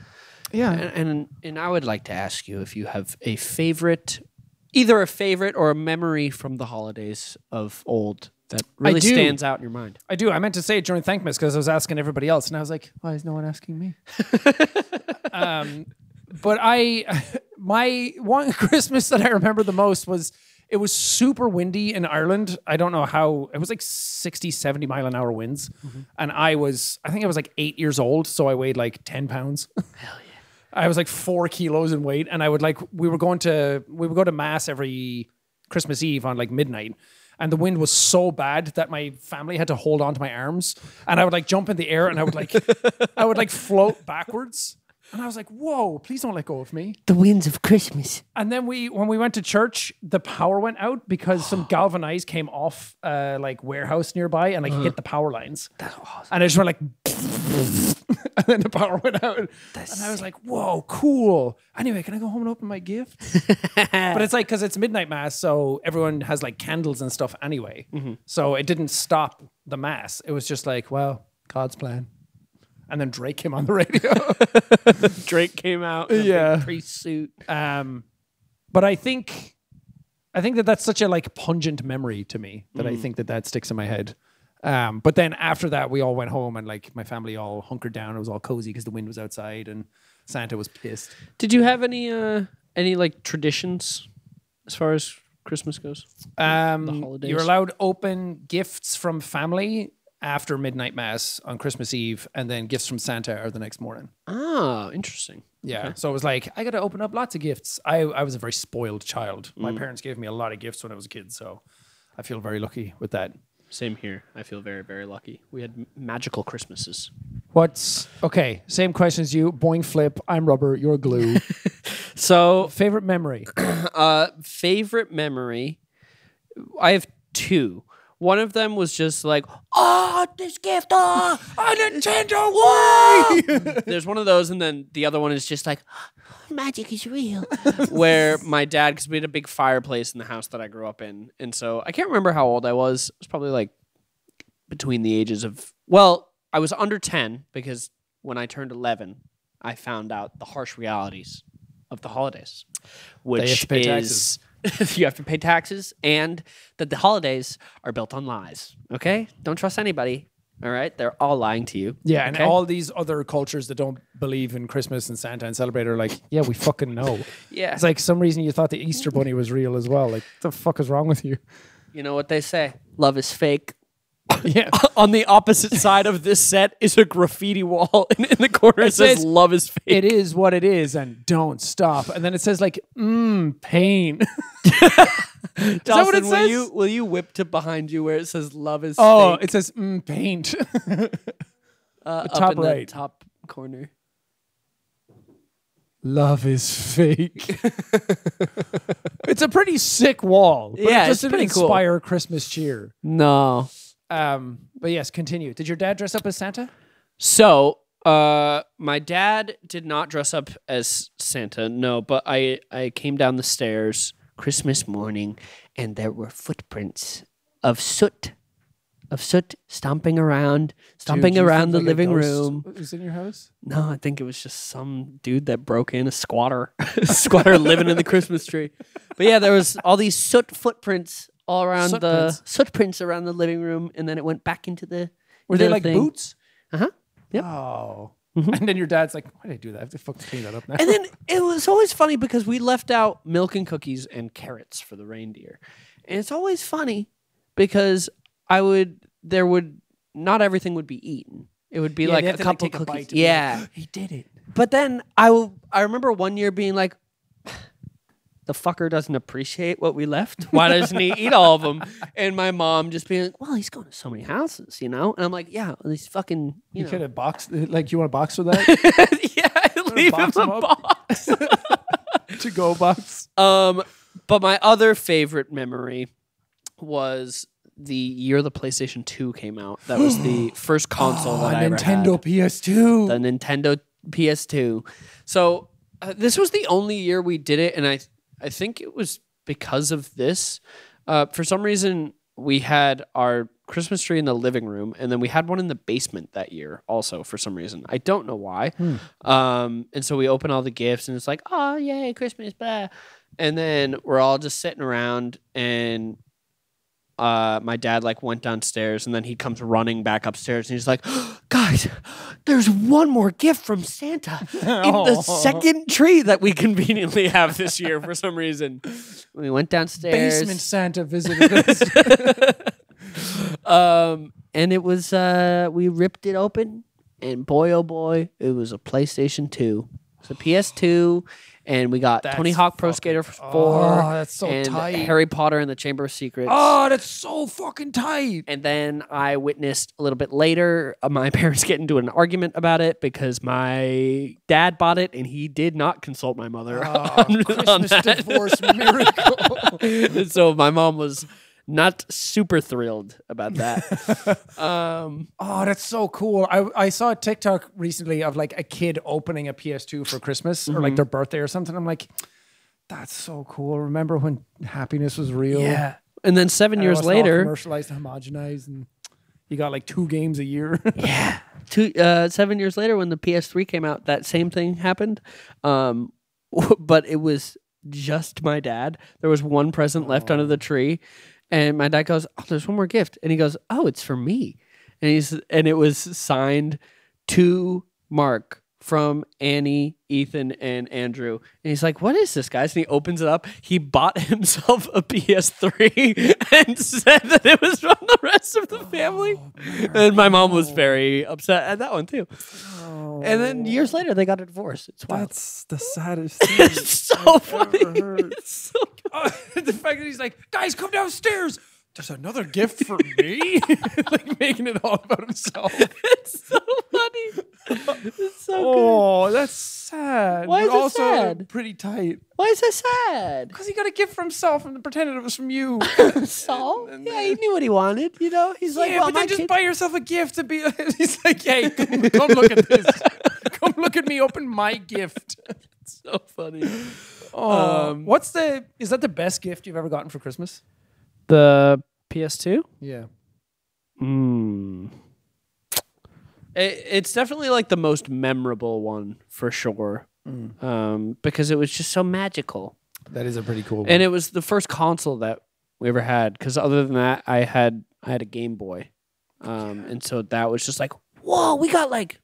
S2: yeah,
S7: And, and and I would like to ask you if you have a favorite, either a favorite or a memory from the holidays of old that really
S2: do.
S7: stands out in your mind.
S2: I do. I meant to say it during Thankmas because I was asking everybody else, and I was like, "Why is no one asking me?" [laughs] um, but I, my one Christmas that I remember the most was It was super windy in Ireland. I don't know how, it was like 60, 70 mile an hour winds. And I was, I think I was like eight years old. So I weighed like 10 pounds. I was like four kilos in weight, and I would like we were going to we would go to mass every Christmas Eve on like midnight, and the wind was so bad that my family had to hold on to my arms, and I would like jump in the air and I would like I would like float backwards, and I was like, "Whoa, please don't let go of me."
S8: The winds of Christmas.
S2: And then we, when we went to church, the power went out because
S7: [gasps]
S2: some galvanized came off uh, like warehouse nearby and like
S7: Uh-huh.
S2: hit the power lines. That's awesome. And it just went like, [laughs] and then the power went out. and I was like, "Whoa, cool!" Anyway, can I go home and open my
S7: [laughs]
S2: gift? but it's like because it's midnight mass, so everyone has like candles and stuff anyway.
S7: Mm-hmm.
S2: So it didn't stop the mass. It was just like, "Well, God's plan." And then Drake came on the radio.
S7: [laughs] Drake came out.
S2: yeah.
S8: Priest suit.
S7: Uh,
S2: Um, but I think, I think that that's such a like pungent memory to me that I think that that sticks in my head. Um, but then after that, we all went home and like my family all hunkered down. It was all cozy because the wind was outside and Santa was pissed.
S7: Did you have any uh any like traditions as far as Christmas goes?
S2: Um,
S7: holidays.
S2: you're allowed open gifts from family after midnight mass on Christmas Eve, and then gifts from Santa are the next morning.
S7: Ah, interesting.
S2: Yeah. So it was like, I got to open up lots of gifts. I, I was a very spoiled child. My parents gave me a lot of gifts when I was a kid. So I feel very lucky with that.
S7: Same here. I feel very very lucky. We had m- magical Christmases.
S2: What's okay? Same question as you. Boing flip. I'm rubber. You're [laughs] glue.
S7: So
S2: Favorite memory?
S7: Uh, favorite memory. I have two. One of them was just like, oh, this gift, oh, a Nintendo
S2: [laughs]
S7: Wii. There's one of those, and then the other one is just like, "Ah,
S9: Magic is
S2: [laughs]
S9: real.
S7: where my dad, because we had a big fireplace in the house that I grew up in, and so I can't remember how old I was. It was probably like between the ages of well, I was under ten because when I turned eleven, I found out the harsh realities of the holidays, which
S2: have to pay
S7: is
S2: taxes.
S7: you have to pay taxes [laughs] and that the holidays are built on lies. Okay, don't trust anybody. All right, they're all lying to you.
S2: Yeah, and
S7: okay?
S2: all these other cultures that don't believe in Christmas and Santa and celebrate are like, yeah, we fucking [laughs] know.
S7: yeah.
S2: It's like some reason you thought the Easter Bunny was real as well. Like, the fuck is wrong with you?
S7: you know what they say: love is [laughs] fake.
S2: yeah.
S7: on the opposite side of this set is a graffiti wall, and in the corner it says
S2: says,
S7: "Love is fake."
S2: It is what it is, and don't stop. And then it says like, mmm, [laughs] pain.
S7: Is that
S2: what it
S7: Will
S2: says?
S7: you will you whip to behind you where it says "Love is"?
S2: oh,
S7: fake,
S2: it says mmm, paint. [laughs]
S7: uh,
S2: top
S7: in
S2: right.
S7: the top corner.
S2: Love is fake. [laughs] it's a pretty sick wall. But
S7: Yeah,
S2: it
S7: it's
S2: just didn't
S7: pretty cool.
S2: inspire Christmas cheer.
S7: No.
S2: Um, but yes, continue. Did your dad dress up as Santa?
S7: So, uh, my dad did not dress up as Santa. No, but I I came down the stairs Christmas morning, and there were footprints of soot, of soot stomping around, stomping around the living room.
S2: Was in your house?
S7: No, I think it was just some dude that broke in a squatter, [laughs] a squatter living in the Christmas tree. But yeah, there was all these soot footprints all around
S2: Soot
S7: the
S2: prints.
S7: soot prints around the living room, and then it went back into the.
S2: Were
S7: the
S2: they like
S7: thing.
S2: boots?
S7: Uh-huh. Yep.
S2: Oh.
S7: Mm-hmm.
S2: And then your dad's like, "Why did I do that? I have to fucking clean that up now."
S7: And then it was always funny because we left out milk and cookies and carrots for the reindeer, and it's always funny because I would there would not everything would be eaten. It would be
S2: Yeah,
S7: like
S2: they have
S7: a
S2: to, like,
S7: couple
S2: take a bite
S7: cookies.
S2: to be like,
S7: yeah,
S2: he did it.
S7: But then I will, I remember one year being like, [sighs] the fucker doesn't appreciate what we left. Why doesn't he eat all of them? And my mom just being like, well, he's going to so many houses, you know? And I'm like, yeah, he's fucking,
S2: You
S7: you
S2: could
S7: know.
S2: have boxed. Like, you want a box for
S7: [laughs]
S2: that [laughs]
S7: yeah, leave him
S2: box
S7: a
S2: him up.
S7: box.
S2: [laughs] to go box?
S7: um, but my other favorite memory was the year the PlayStation 2 came out.
S2: [gasps]
S7: That was the first console
S3: Oh,
S7: that I ever had.
S2: Nintendo PS2.
S7: the Nintendo PS2. So uh, this was the only year we did it,
S3: Uh,
S7: and I I think it was because of this. Uh, for some reason, we had our Christmas tree in the living room, and then we had one in the basement that year. Also, for some reason, I don't know why.
S2: Hmm.
S7: Um, and so we open all the gifts, and it's like, oh yay, Christmas, blah. And then we're all just sitting around, and
S3: uh, my dad like went downstairs and then he comes running back upstairs and he's like, [gasps] guys, there's one more gift from
S7: [laughs]
S3: Santa in the second tree that we conveniently have this year for some reason. We went downstairs.
S2: Basement Santa visited
S7: [laughs]
S2: us.
S7: Um, and it was uh, we ripped it open, and boy oh boy, it was a PlayStation Two. It's a PS2, and we got Tony Hawk Pro Skater Four.
S2: Oh, that's so
S7: and
S2: tight.
S7: Harry Potter and the Chamber of Secrets.
S2: oh, that's so fucking tight.
S7: And then I witnessed a little bit later uh, my [laughs] parents get into an argument about it because my dad bought it and he did not consult my
S2: Oh,
S7: mother [laughs] on, on
S2: Christmas
S7: that.
S2: divorce
S7: [laughs]
S2: miracle.
S7: so my mom was not super thrilled
S2: [laughs]
S7: about that. um,
S2: Oh, that's so cool. I, I saw a TikTok recently of like a kid opening a PS2 for Christmas or
S7: Mm-hmm.
S2: like their birthday or something. I'm like, that's so cool. Remember when happiness was real?
S7: yeah. And then seven
S2: And it
S7: years
S2: was all
S7: later,
S2: commercialized and homogenized, and you got like two games a
S7: [laughs]
S2: year.
S7: two, uh, seven years later, when the PS3 came out, that same thing happened. Um, [laughs] but it was just my dad. There was one present left under the tree, and my dad goes, "Oh, there's one more gift," and he goes, "Oh, it's for me," and he's and it was signed to Mark from Annie, Ethan, and Andrew. And he's like, "What is this, guys?" And he opens it up. He bought [laughs] himself a PS3 [laughs] and said that it was from the rest of
S2: Oh,
S7: the family. and my mom was very upset at that one too. And
S2: Oh.
S7: then years later, they got a divorce. It's wild.
S2: that's the [laughs] saddest thing.
S7: [laughs] It's so funny. It's so
S2: the fact that he's like, guys, come downstairs. There's another gift for me. [laughs] like making it all about
S7: [laughs]
S2: himself.
S7: it's so funny. It's so good.
S2: Oh, that's sad.
S7: Why
S2: but
S7: is it
S2: also
S7: sad?
S2: pretty tight.
S7: Why is that sad?
S2: Because he got a gift for himself and pretended it was from you.
S7: So yeah, he knew what he wanted. You know, he's like,
S2: yeah,
S7: well,
S2: but
S7: my
S2: then just
S7: kid-
S2: buy yourself a gift to be. [laughs] He's like, hey, come, come look at [laughs] this. come look at me open my gift.
S7: so
S2: [laughs]
S7: funny.
S2: Oh, what's the? Is that the best gift you've ever gotten for Christmas?
S3: the PS2?
S2: Yeah.
S7: Hmm.
S3: It, it's definitely like the most memorable one for sure.
S7: Hmm.
S3: Um, because it was just so magical.
S2: That is a pretty cool one.
S3: And it was the first console that we ever had. Because other than that, I had I had a Game Boy, um, and so that was just like, whoa, we got like,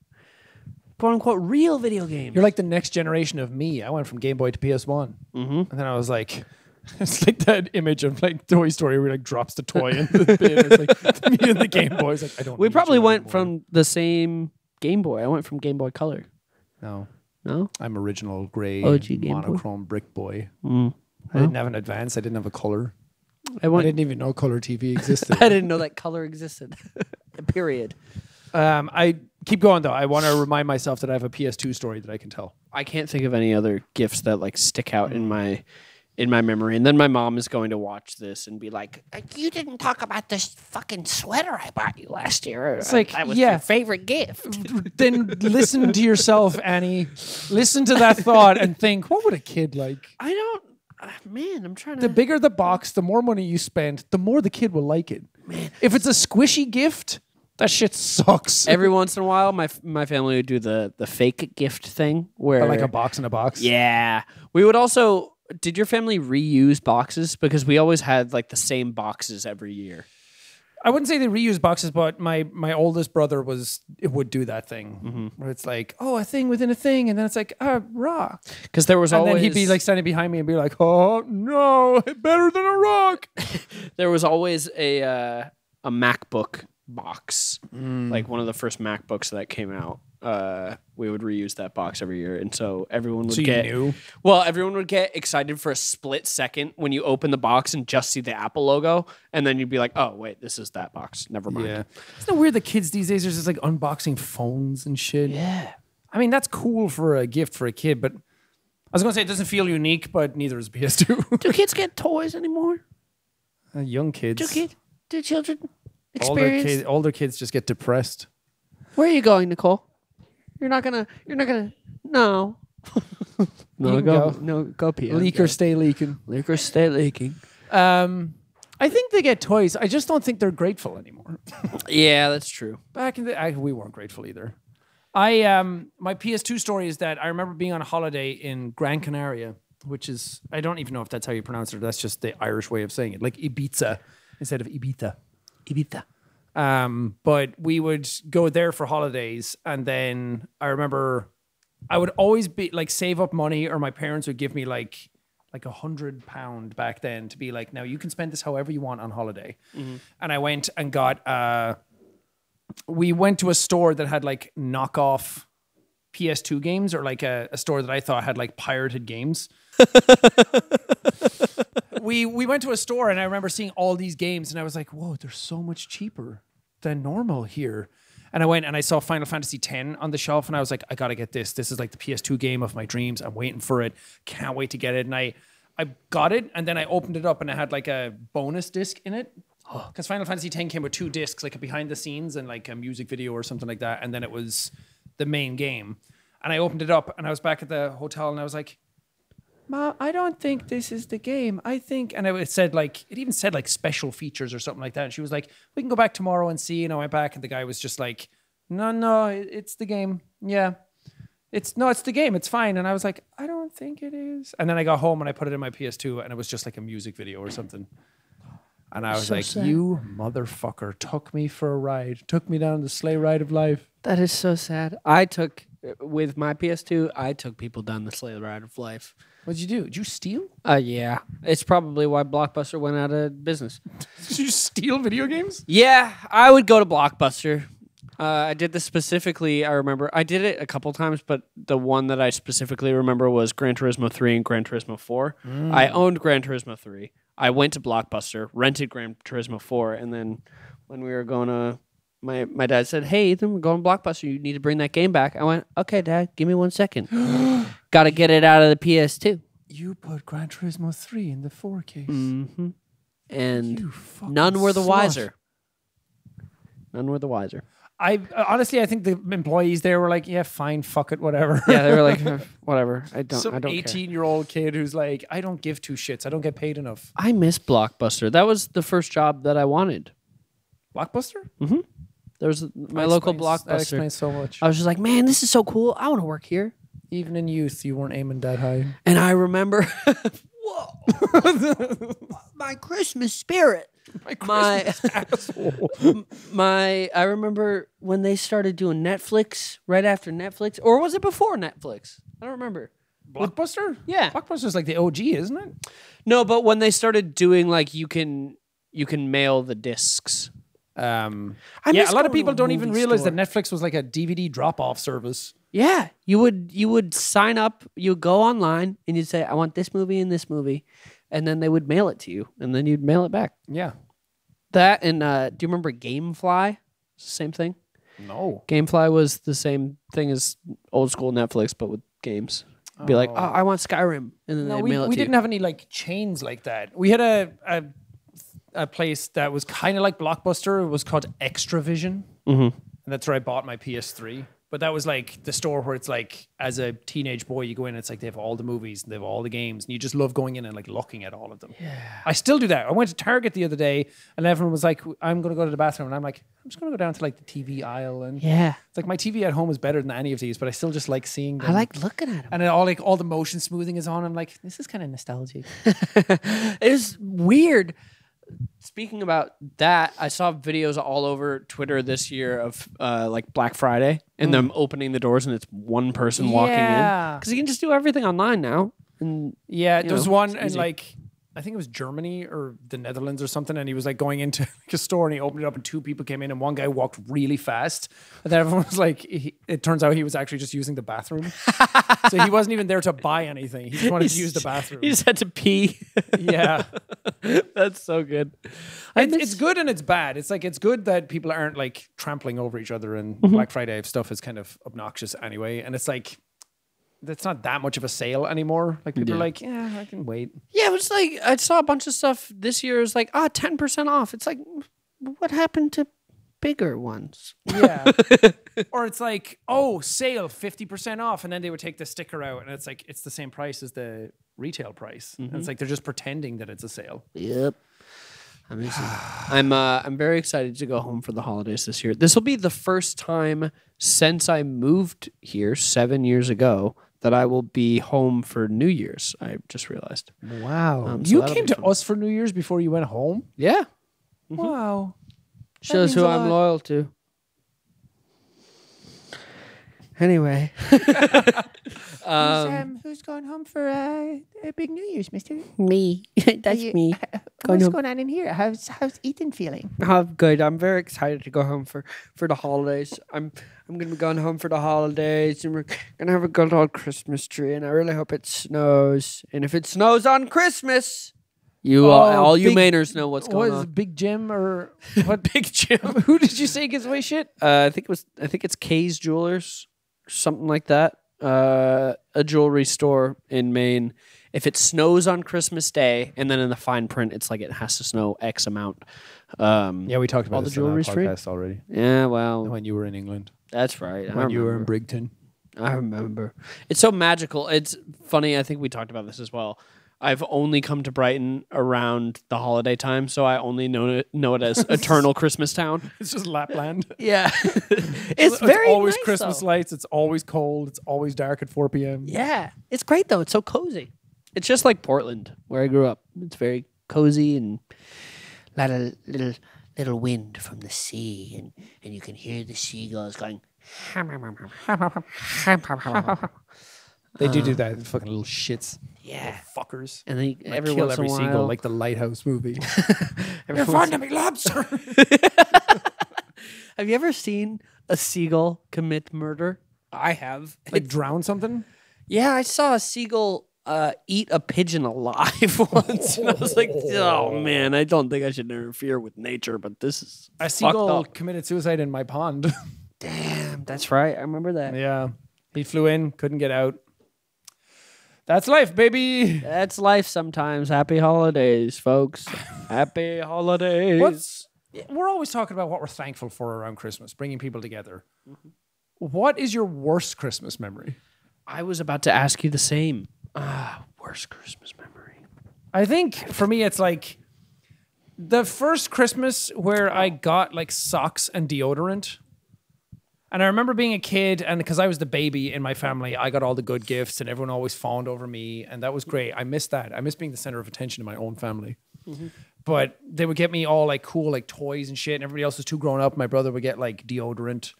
S3: quote unquote, real video game.
S2: You're like the next generation of me. I went from Game Boy to PS1.
S3: Mhm.
S2: And then I was like, [laughs] it's like that image of like Toy Story where he like drops the toy in the bin. It's like [laughs] me and the Game Boy's like, I don't
S3: we
S2: need
S3: probably
S2: you
S3: went
S2: anymore.
S3: from the same Game Boy. I went from Game Boy Color.
S2: No.
S3: No,
S2: I'm original gray
S7: OG Game Boy.
S2: monochrome brick boy. I didn't have an advance. I didn't have a color.
S3: I
S2: Mm. I
S3: went.
S2: didn't even know color TV [laughs] existed.
S7: I didn't know that color
S3: [laughs]
S7: existed. Period.
S2: um, I keep going though. I want to remind myself that I have a PS2 story that I can tell.
S3: I can't think of any other gifts that like stick out
S2: Hmm.
S3: in my in my memory. And then my mom is going to watch this and be like,
S6: Like, you didn't talk about this fucking sweater I bought you last year.
S2: It's like, yeah, [laughs]
S6: favorite gift.
S2: then listen to yourself, Annie. Listen to that thought and think, what would a kid like?
S3: I don't. ah, Man, I'm trying to.
S2: The bigger the box, the more money you spend, the more the kid will like it. If it's a squishy gift, that shit sucks.
S3: Every once in a while, my f- my family would do the the fake gift thing where
S2: Or like a box in a box.
S3: Yeah, we would also. Did your family reuse boxes? Because we always had like the same boxes every year.
S2: I wouldn't say they reuse boxes, but my my oldest brother was it would do that thing where it's like, oh, a thing within a thing, and then it's like, ah, rock,
S3: Because there was
S2: and
S3: always
S2: then he'd be like standing behind me and be like, oh no, better than a rock. [laughs]
S3: there was always a uh, a MacBook box,
S2: Mm.
S3: like one of the first MacBooks that came out. Uh, we would reuse that box every year, and so everyone would
S2: you
S3: get.
S2: knew?
S3: Well, everyone would get excited for a split second when you open the box and just see the Apple logo, and then you'd be like, "Oh, wait, this is that box. Never mind."
S2: Isn't it weird that kids these days are just like unboxing phones and shit? Yeah. I mean, that's cool for a gift for a kid, but I was going to say it doesn't feel unique, but neither is PS2.
S7: Do kids get toys anymore?
S2: Uh, [laughs] Young kids.
S7: Do kid? Do children
S2: older,
S7: experience?
S2: kids older kids just get depressed.
S7: Where are you going, Nicole? You're not gonna. You're not gonna.
S2: [laughs]
S7: No.
S2: You
S7: no
S2: can
S7: go,
S2: go.
S7: No go. PM.
S2: Leak or stay leaking.
S7: leak or stay leaking.
S2: Um, I think they get toys. I just don't think they're grateful anymore.
S3: Yeah, that's true.
S2: Back in the I, we weren't grateful either. I um my PS2 story is that I remember being on holiday in Gran Canaria, which is I don't even know if that's how you pronounce it. That's just the Irish way of saying it, like Ibiza, instead of Ibiza.
S7: Ibiza.
S2: Um, but we would go there for holidays, and then I remember I would always be like save up money, or my parents would give me like like a hundred pound back then to be like, now you can spend this however you want on holiday. And I went and got uh, we went to a store that had like knockoff PS2 games, or like a, a store that I thought had like pirated games we we went to a store and I remember seeing all these games and I was like, whoa, they're so much cheaper than normal here. And I went and I saw Final Fantasy X on the shelf and I was like, I gotta get this. This is like the PS2 game of my dreams. I'm waiting for it. Can't wait to get it. And I I got it and then I opened it up and it had like a bonus disc in it. Because Final Fantasy X came with two discs, like a behind the scenes and like a music video or something like that. And then it was the main game. And I opened it up and I was back at the hotel and I was like, Mom, I don't think this is the game. I think, and it said like, it even said like special features or something like that. And she was like, we can go back tomorrow and see. And I went back, and the guy was just like, no, no, it- it's the game. Yeah. It's no, it's the game. It's fine. And I was like, I don't think it is. And then I got home and I put it in my PS2, and it was just like a music video or something. And I was like, you motherfucker took me for a ride, took me down the sleigh ride of life.
S7: That is so sad. I took with my PS2. I took people down the sleigh ride of life.
S2: What'd you do? Did you steal?
S7: Uh, yeah, it's probably why Blockbuster went out of business.
S2: [laughs] Did you steal video games?
S7: Yeah, I would go to Blockbuster. Uh, I did this specifically. I remember I did it a couple times, but the one that I specifically remember was Gran Turismo 3 and Gran Turismo 4.
S2: Mm.
S7: I owned Gran Turismo 3. I went to Blockbuster, rented Gran Turismo 4, and then when we were going to, my my dad said, "Hey, Ethan, we're going to Blockbuster. You need to bring that game back." I went, "Okay, Dad, give me one
S2: [gasps]
S7: second. Got to get it out of the PS2."
S2: You put Gran Turismo 3 in the 4 case.
S7: hmm And
S2: fucking
S7: none were the
S2: slut.
S7: wiser. None were the wiser.
S2: I honestly, I think the employees there were like, "Yeah, fine, fuck it, whatever."
S7: yeah, they were like, "Eh, whatever. I don't.
S2: [laughs]
S7: I
S2: Some
S7: don't care.
S2: eighteen-year-old kid who's like, "I don't give two shits. I don't get paid enough."
S7: I miss Blockbuster. That was the first job that I wanted.
S2: Blockbuster,
S7: There was my
S2: That
S7: local
S2: explains- That
S7: Blockbuster.
S2: explains so much.
S7: I was just like, man, this is so cool. I want to work here.
S2: Even in youth, you weren't aiming that high.
S7: And I remember [laughs]
S6: My Christmas spirit.
S7: my [laughs] my. I remember when they started doing Netflix right after Netflix, or was it before Netflix? I don't remember.
S2: Blockbuster,
S7: Yeah.
S2: Blockbuster's like the OG, isn't it?
S7: No, but when they started doing like you can you can mail the discs.
S2: Um,
S7: I
S2: yeah,
S7: miss
S2: a lot
S7: going
S2: of
S7: to
S2: people
S7: a
S2: don't even
S7: movie
S2: realize
S7: store.
S2: that Netflix was like a DVD drop-off service.
S7: Yeah, you would you would sign up, you would go online and you'd say I want this movie and this movie and then they would mail it to you and then you'd mail it back.
S2: Yeah,
S7: That and uh do you remember Gamefly? It's the Same thing.
S2: no,
S7: Gamefly was the same thing as old school Netflix but with games. Be like, "Oh, I want Skyrim." And then
S2: No,
S7: they
S2: we,
S7: mail it
S2: we
S7: to
S2: didn't
S7: you.
S2: have any like chains like that. We had a a, a place that was kind of like Blockbuster. It was called Extravision, mm-hmm. and that's where I bought my PS3. But that was like the store where it's like, as a teenage boy, you go in. It's like they have all the movies, and they have all the games, and you just love going in and like looking at all of them. Yeah, I still do that. I went to Target the other day, and everyone was like, "I'm going to go to the bathroom," and I'm like, "I'm just going to go down to like the TV aisle." And
S7: yeah.
S2: it's like my TV at home is better than any of these, but I still just like seeing. Them.
S7: I like looking at them.
S2: And it all like all the motion smoothing is on. I'm like, this is kind of nostalgic.
S7: [laughs] it was weird. Speaking about that, I saw videos all over Twitter this year of uh, like Black Friday and them opening the doors and it's one person walking in
S2: Mm. Yeah.
S7: because you can just do everything online now. And
S2: Yeah, there was
S7: know,
S2: one
S7: it's
S2: and
S7: easy.
S2: like I think it was Germany or the Netherlands or something, and he was like going into like a store and he opened it up and two people came in and one guy walked really fast, and then everyone [laughs] was like, he, it turns out he was actually just using the
S7: [laughs]
S2: bathroom, so he wasn't even there to buy anything. He just wanted to use the bathroom.
S7: [laughs] you just had to pee.
S2: [laughs] Yeah,
S7: [laughs] That's so good.
S2: it's, it's good and it's bad. It's like it's good that people aren't like trampling over each other, and
S7: Mm-hmm.
S2: Black Friday stuff is kind of obnoxious anyway, and it's like. That's not that much of a sale anymore. Like people are like, yeah, I can wait.
S7: Yeah, it was like I saw a bunch of stuff this year. It was like ah, ten percent off. It's like, what happened to bigger ones?
S2: Yeah. or it's like, oh, sale 50% off. And then they would take the sticker out and it's like, it's the same price as the retail price. And it's like, they're just pretending that it's a sale.
S7: Yep. I'm just- I'm uh, I'm very excited to go home for the holidays this year. This will be the first time since I moved here seven years ago that I will be home for New Year's. I just realized.
S2: Wow.
S7: Um, so
S2: you
S7: that'll
S2: came
S7: be
S2: to us for New Year's before you went home?
S7: Yeah,
S10: Mm-hmm.
S2: Wow.
S7: Shows who
S2: means a lot.
S7: I'm loyal to. Anyway,
S6: um, who's going home for a, a big New Year's, Mister?
S7: me. [laughs] That's
S6: You- uh,
S7: me. Going
S6: What's
S7: home.
S6: going on in here? How's how's Ethan
S7: [laughs]
S6: feeling?
S7: I'm good. I'm very excited to go home for, for the holidays. I'm I'm gonna be going home for the holidays, and we're gonna have a good old Christmas tree. And I really hope it snows. And if it snows on Christmas, you all,
S2: Oh,
S7: all you
S2: big-
S7: Mainers know what's
S2: what
S7: going
S2: is
S7: on.
S2: it, Big Jim or [laughs] what?
S3: Big Jim.
S2: [laughs] Who did you say gives away shit?
S3: Uh, I think it was. I think it's Kay's Jewelers, something like that. Uh, a jewelry store in Maine. If it snows on Christmas Day, and then in the fine print, it's like it has to snow X amount. Um,
S10: Yeah, we talked about
S3: All the
S10: this on our
S3: jewelry street?
S10: podcast already
S3: yeah, well,
S10: when you were in England.
S3: that's right. I
S10: When you were
S3: remember.
S10: in Brigton.
S3: I remember. It's so magical. It's funny. I think we talked about this as well. I've only come to Brighton around the holiday time, so I only know it, know it
S7: [laughs]
S3: as Eternal Christmas Town.
S2: [laughs] It's
S10: [laughs]
S2: just Lapland.
S7: yeah, [laughs]
S2: It's,
S7: it's very
S2: always
S7: nice,
S2: Christmas
S7: though.
S2: lights. It's always cold. It's always dark at 4 p.m.
S7: Yeah, it's great though. It's so cozy.
S3: It's just like Portland.
S7: Where I grew up, it's very cozy and lot of little little wind from the sea, and and you can hear the seagulls going.
S10: They do do that. Fucking little shits.
S7: Yeah,
S2: Fuckers.
S7: and then
S10: Like,
S7: every
S10: kill
S7: once
S10: every
S7: in a
S10: seagull
S7: while,
S10: like the lighthouse movie. [laughs]
S7: every once-
S2: me
S7: [laughs]
S2: lobster.
S7: Have you ever seen a seagull commit murder? I have.
S2: like drown something?
S7: Yeah, I saw a seagull uh, eat a pigeon alive [laughs] once, and I was like, "Oh man, I don't think I should interfere with nature." But this is
S2: A
S7: fucked
S2: seagull
S7: up.
S2: committed suicide in my pond. [laughs]
S7: Damn, that's right. I remember that.
S2: yeah. He flew in, couldn't get out. That's life, baby.
S7: That's life sometimes. Happy holidays, folks. Happy holidays.
S2: What's we're always talking about what we're thankful for around Christmas, bringing people together. What is your worst Christmas memory?
S3: I was about to ask you the same. Ah, worst Christmas memory. [laughs]
S2: I think for me, it's like the first Christmas where I got like socks and deodorant. And I remember being a kid, and because I was the baby in my family, I got all the good gifts, and everyone always fawned over me, and that was great. I missed that. I miss being the center of attention in my own family. But they would get me all like cool like toys and shit, and everybody else was too grown up. My brother would get like deodorant,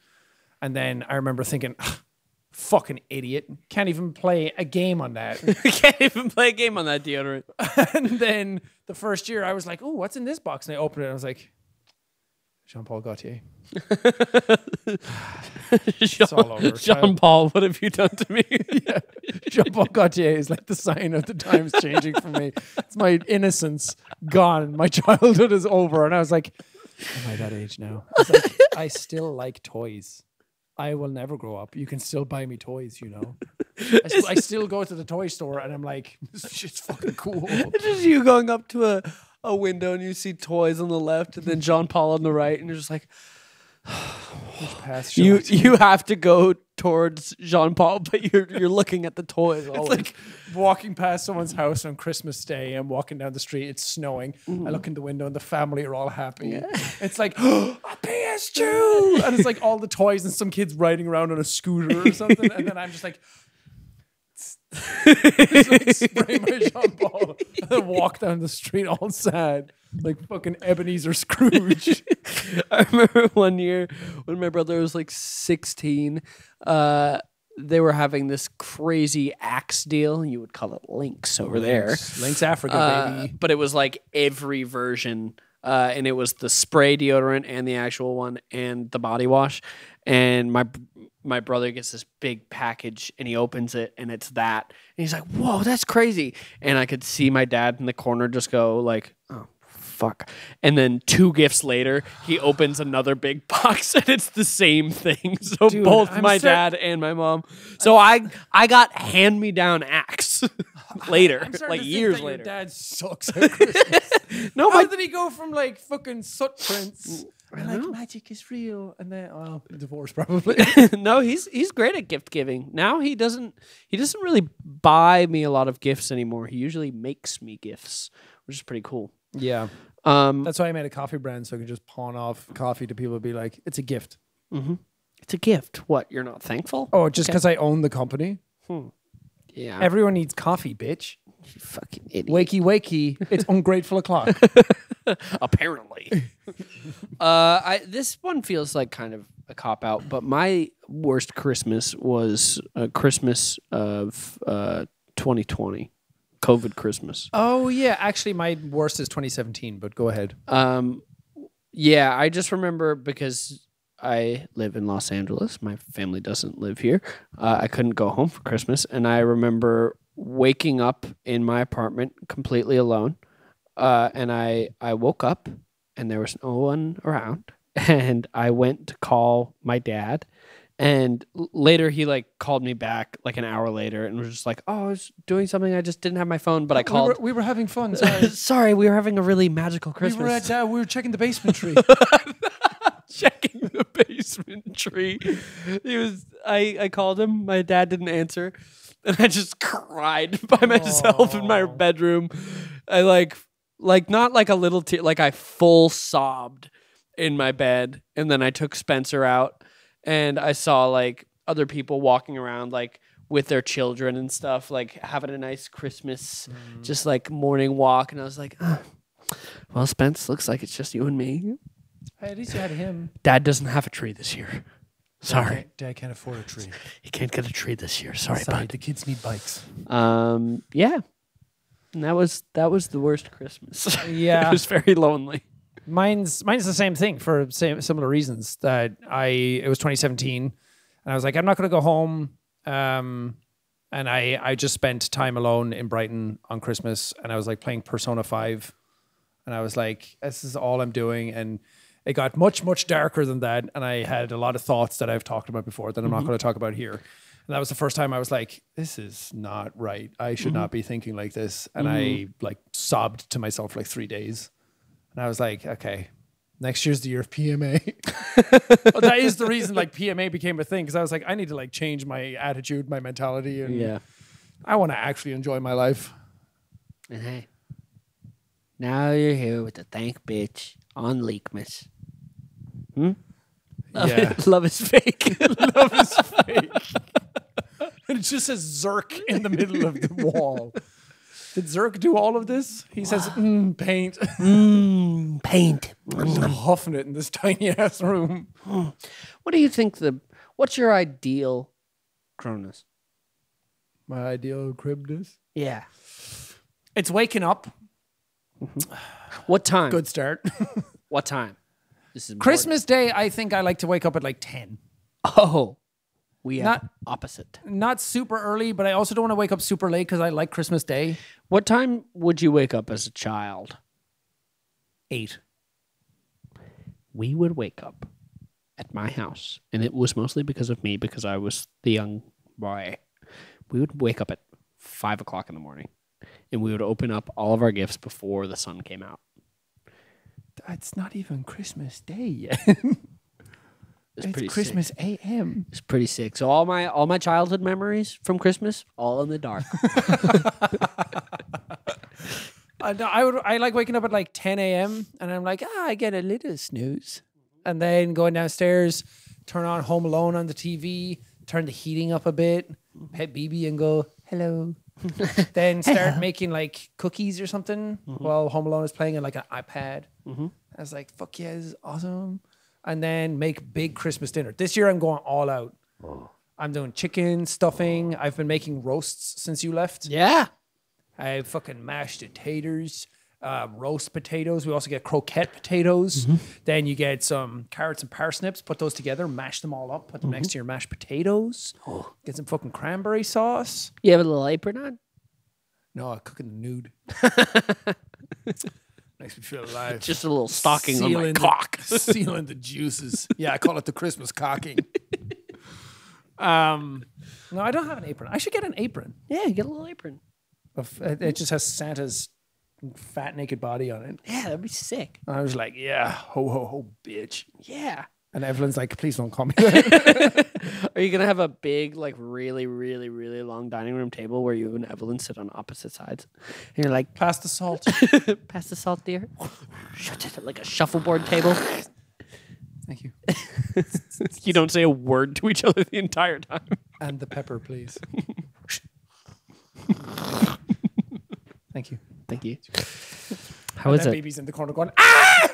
S2: and then I remember thinking, "Fucking idiot! Can't even play a game on that."
S3: [laughs] We can't even play a game on that [laughs] deodorant.
S2: [laughs] and then the first year I was like, oh, what's in this box? And I opened it and I was like, Jean Paul Gaultier. [laughs] it's all over.
S3: John Paul, what have you done to [laughs] me?
S2: Jean Paul Gaultier is like the sign of the times changing for me. It's my innocence gone. My [laughs] childhood is over. And I was like, am I that age now? I, was like, [laughs] I still like toys. I will never grow up. You can still buy me toys, you know. I, s- I still go to the toy store and I'm like, this shit's fucking cool.
S3: just you going up to a, a window and you see toys on the left and then John Paul on the right and you're just like
S2: Pass
S3: you
S2: shit.
S3: you have to go towards Jean Paul but you're you're looking at the toys always.
S2: like walking past someone's house on Christmas Day. I'm walking down the street. It's snowing. I look in the window and the family are all happy. It's like [gasps] a PS2, and it's like all the toys and some kids riding around on a scooter or something. and then I'm just like. [laughs] Just, like, spray my Jean Paul and then walk down the street all sad, like fucking Ebenezer Scrooge.
S3: I remember one year when my brother was like 16, uh, they were having this crazy axe deal. You would call it links over there.
S2: Links Africa,
S3: Uh, but it was like every version. Uh, and it was the spray deodorant and the actual one and the body wash. And my my brother gets this big package and he opens it and it's that. And he's like, "Whoa, that's crazy!" And I could see my dad in the corner just go like, "Oh, fuck!" And then two gifts later, he opens another big [laughs] box and it's the same thing. [laughs] So
S2: Dude,
S3: both
S2: I'm
S3: my
S2: cer-
S3: dad and my mom. So I I got hand me
S2: [laughs]
S3: down axe [laughs] later, like years later.
S2: dad sucks at Christmas.
S3: No,
S2: How
S3: my
S2: did he go from like fucking soot prints and like magic is real and then well divorce probably?
S3: no, he's he's great at gift giving. Now he doesn't he doesn't really buy me a lot of gifts anymore. He usually makes me gifts, which is pretty cool.
S2: yeah,
S3: Um,
S2: that's why I made a coffee brand so I could just pawn off coffee to people and be like, it's a gift.
S3: it's a gift. What you're not thankful?
S2: Oh, just because I own the company,
S3: yeah.
S2: everyone needs coffee, bitch.
S7: You fucking idiot.
S2: Wakey, wakey. It's ungrateful o'clock.
S3: [laughs]
S7: apparently. uh, I,
S3: this one feels like kind of a cop out, but my worst Christmas was uh, Christmas of uh, 2020, COVID Christmas.
S2: oh, yeah. Actually, my worst is 2017, but go ahead.
S3: Um, yeah, I just remember because I live in Los Angeles. My family doesn't live here. Uh, I couldn't go home for Christmas, and I remember waking up in my apartment completely alone. Uh, and I I woke up, and there was no one around. [laughs] And I went to call my dad, and l- later he like called me back like an hour later, and was just like, "Oh, I was doing something. I just didn't have my phone, but I
S2: We were,
S3: called."
S2: we were having fun. Sorry.
S3: Sorry, we were having a really magical
S2: [laughs] we,
S3: Christmas
S2: were at, uh, we were checking the basement tree.
S3: checking the basement tree. He was I, I called him, my dad didn't answer. And I just cried [laughs] by myself in my bedroom. I like like not like a little tear like I full sobbed in my bed. And then I took Spencer out and I saw like other people walking around like with their children and stuff, like having a nice Christmas, just like morning walk. And I was like, "Ah, well, Spence, looks like it's just you and me.
S2: Hey, at least you had him.
S3: Dad doesn't have a tree this year. Sorry,
S2: Dad can't afford a tree.
S3: he can't get a tree this year. Sorry,
S2: Sorry, the kids need bikes.
S3: bud. Um, yeah, and that was that was the worst [laughs] Christmas.
S2: Yeah.
S7: [laughs]
S3: it was very lonely.
S2: Mine's mine's the same thing for same similar reasons that I it was 2017 and I was like I'm not going to go home um and I I just spent time alone in Brighton on Christmas and I was like playing Persona 5 and I was like this is all I'm doing and it got much much darker than that and I had a lot of thoughts that I've talked about before that I'm not going to talk about here and that was the first time I was like this is not right I should not be thinking like this and I like sobbed to myself for like 3 days and I was like, okay, next year's the year of PMA. But that is the reason [laughs] like PMA became a thing because I was like, I need to like change my attitude, my mentality, and I want to actually enjoy my life.
S7: and hey, now you're here with the thank bitch on Leakmas. Hmm?
S2: Yeah,
S7: [laughs] Love is fake.
S2: and [laughs] it just says Zerk in the middle of the wall. [laughs] Did Zerk do all of this? He says, mm, paint. [laughs]
S7: Mm, Paint.
S2: huffing it in this [laughs] tiny ass room.
S7: What do you think the? What's your ideal Cronus?
S2: My ideal crib is.
S7: Yeah.
S2: It's waking up.
S7: What time?
S2: Good start.
S7: What time? This is important.
S2: [laughs] Christmas Day, I think I like to wake up at like 10.
S7: Oh, we have
S2: Not-
S7: opposite.
S2: Not super early, but I also don't want to wake up super late because I like Christmas Day.
S3: What time would you wake up as a child?
S2: Eight.
S3: We would wake up at my house, and it was mostly because of me because I was the young boy. We would wake up at five o'clock in the morning, and we would open up all of our gifts before the sun came out.
S2: It's not even Christmas Day
S3: [laughs]
S2: yet.
S7: It's, pretty sick.
S2: AM.
S7: It's pretty sick. So all my all my childhood memories from Christmas, all in
S2: [laughs]
S7: the dark.
S2: Uh, no, I would. I like waking up at like 10 a.m. and I'm like, ah, I get a little snooze, and then going downstairs, turn on Home Alone on the TV, turn the heating up a bit, pet BB, and go hello. [laughs] then start making like cookies or something while Home Alone is playing on like an iPad. I was like, fuck yeah, this is awesome. And then make big Christmas dinner. This year I'm going all out. I'm doing chicken stuffing. I've been making roasts since you left.
S7: yeah.
S2: I fucking mashed potatoes, uh, roast potatoes. We also get croquette potatoes. Then you get some carrots and parsnips. Put those together, mash them all up. Put them next to your mashed potatoes. Get some fucking cranberry sauce.
S7: You have a little apron on?
S2: No, I cook in the [laughs] nude. Makes me feel alive.
S7: Just a little stocking on my
S2: Sealing the-
S7: cock.
S2: [laughs] sealing the juices. Yeah, I call it the Christmas cocking. [laughs] um, no, I don't have an apron. I should get an apron.
S7: yeah, you get a little apron.
S2: Of- It it just has Santa's fat naked body on it.
S7: Yeah, that'd be sick.
S2: And I was like, yeah, ho, ho, ho, bitch.
S7: Yeah.
S2: And Evelyn's like, please don't call me that.
S7: Are you gonna have a big, like really, really, really long dining room table where you and Evelyn sit on opposite sides? And you're like,
S2: [laughs] Pass the salt.
S7: pass the salt, dear. like a shuffleboard table.
S2: Thank you.
S3: You don't say a word to each other the entire time.
S2: [laughs] And the pepper, please. Thank you.
S3: Thank you.
S7: How is
S2: that
S7: it?
S2: baby's in the corner going, ah!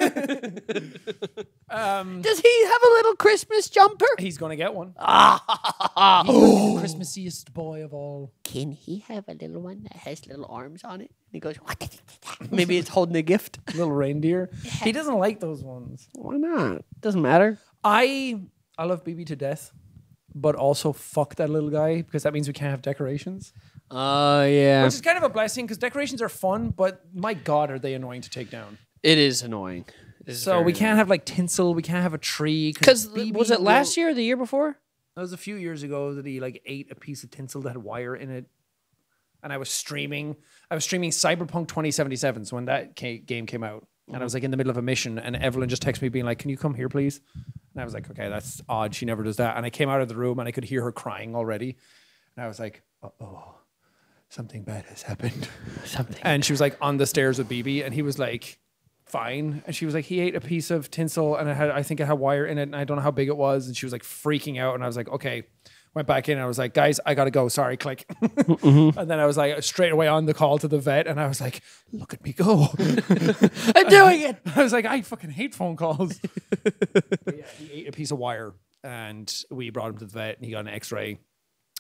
S7: Does he have a little Christmas jumper?
S2: [laughs] He's going to get one. Oh.
S7: Ah.
S2: Christmasiest boy of all.
S7: Can he have a little one that has little arms on it? And he goes, maybe it's holding a gift.
S2: Little reindeer. He doesn't like those ones.
S7: Why not? Doesn't matter.
S2: I I love BB to death, but also fuck that little guy because that means we can't have decorations.
S7: Oh
S3: Uh,
S7: yeah,
S2: Which is kind of a blessing because decorations are fun, but my god, are they annoying to take down?
S3: It is annoying.
S2: So we can't have like tinsel. We can't have a tree
S7: because
S2: BB
S7: was it
S2: will-
S7: last year or the year before?
S2: It was a few years ago that he like ate a piece of tinsel that had wire in it, and I was streaming. I was streaming Cyberpunk 2077 so when that ca- game came out, and I was like in the middle of a mission, and Evelyn just texted me being like, "Can you come here, please?" And I was like, "Okay, that's odd. She never does that." And I came out of the room, and I could hear her crying already, and I was like, "Uh oh, something bad has happened." [laughs]
S7: Something.
S2: and she was like on the stairs with BB, and he was like, fine. And she was like, he ate a piece of tinsel, and it had, I think it had wire in it, and I don't know how big it was. And she was like freaking out, and I was like, okay. Went back in, and I was like, guys, I gotta go. Sorry, click. [laughs] And then I was like, straight away on the call to the vet, and I was like, look at me go.
S7: I'm doing it.
S2: [laughs] I was like, I fucking hate phone calls. But yeah, he ate a piece of wire, and we brought him to the vet, and he got an X-ray.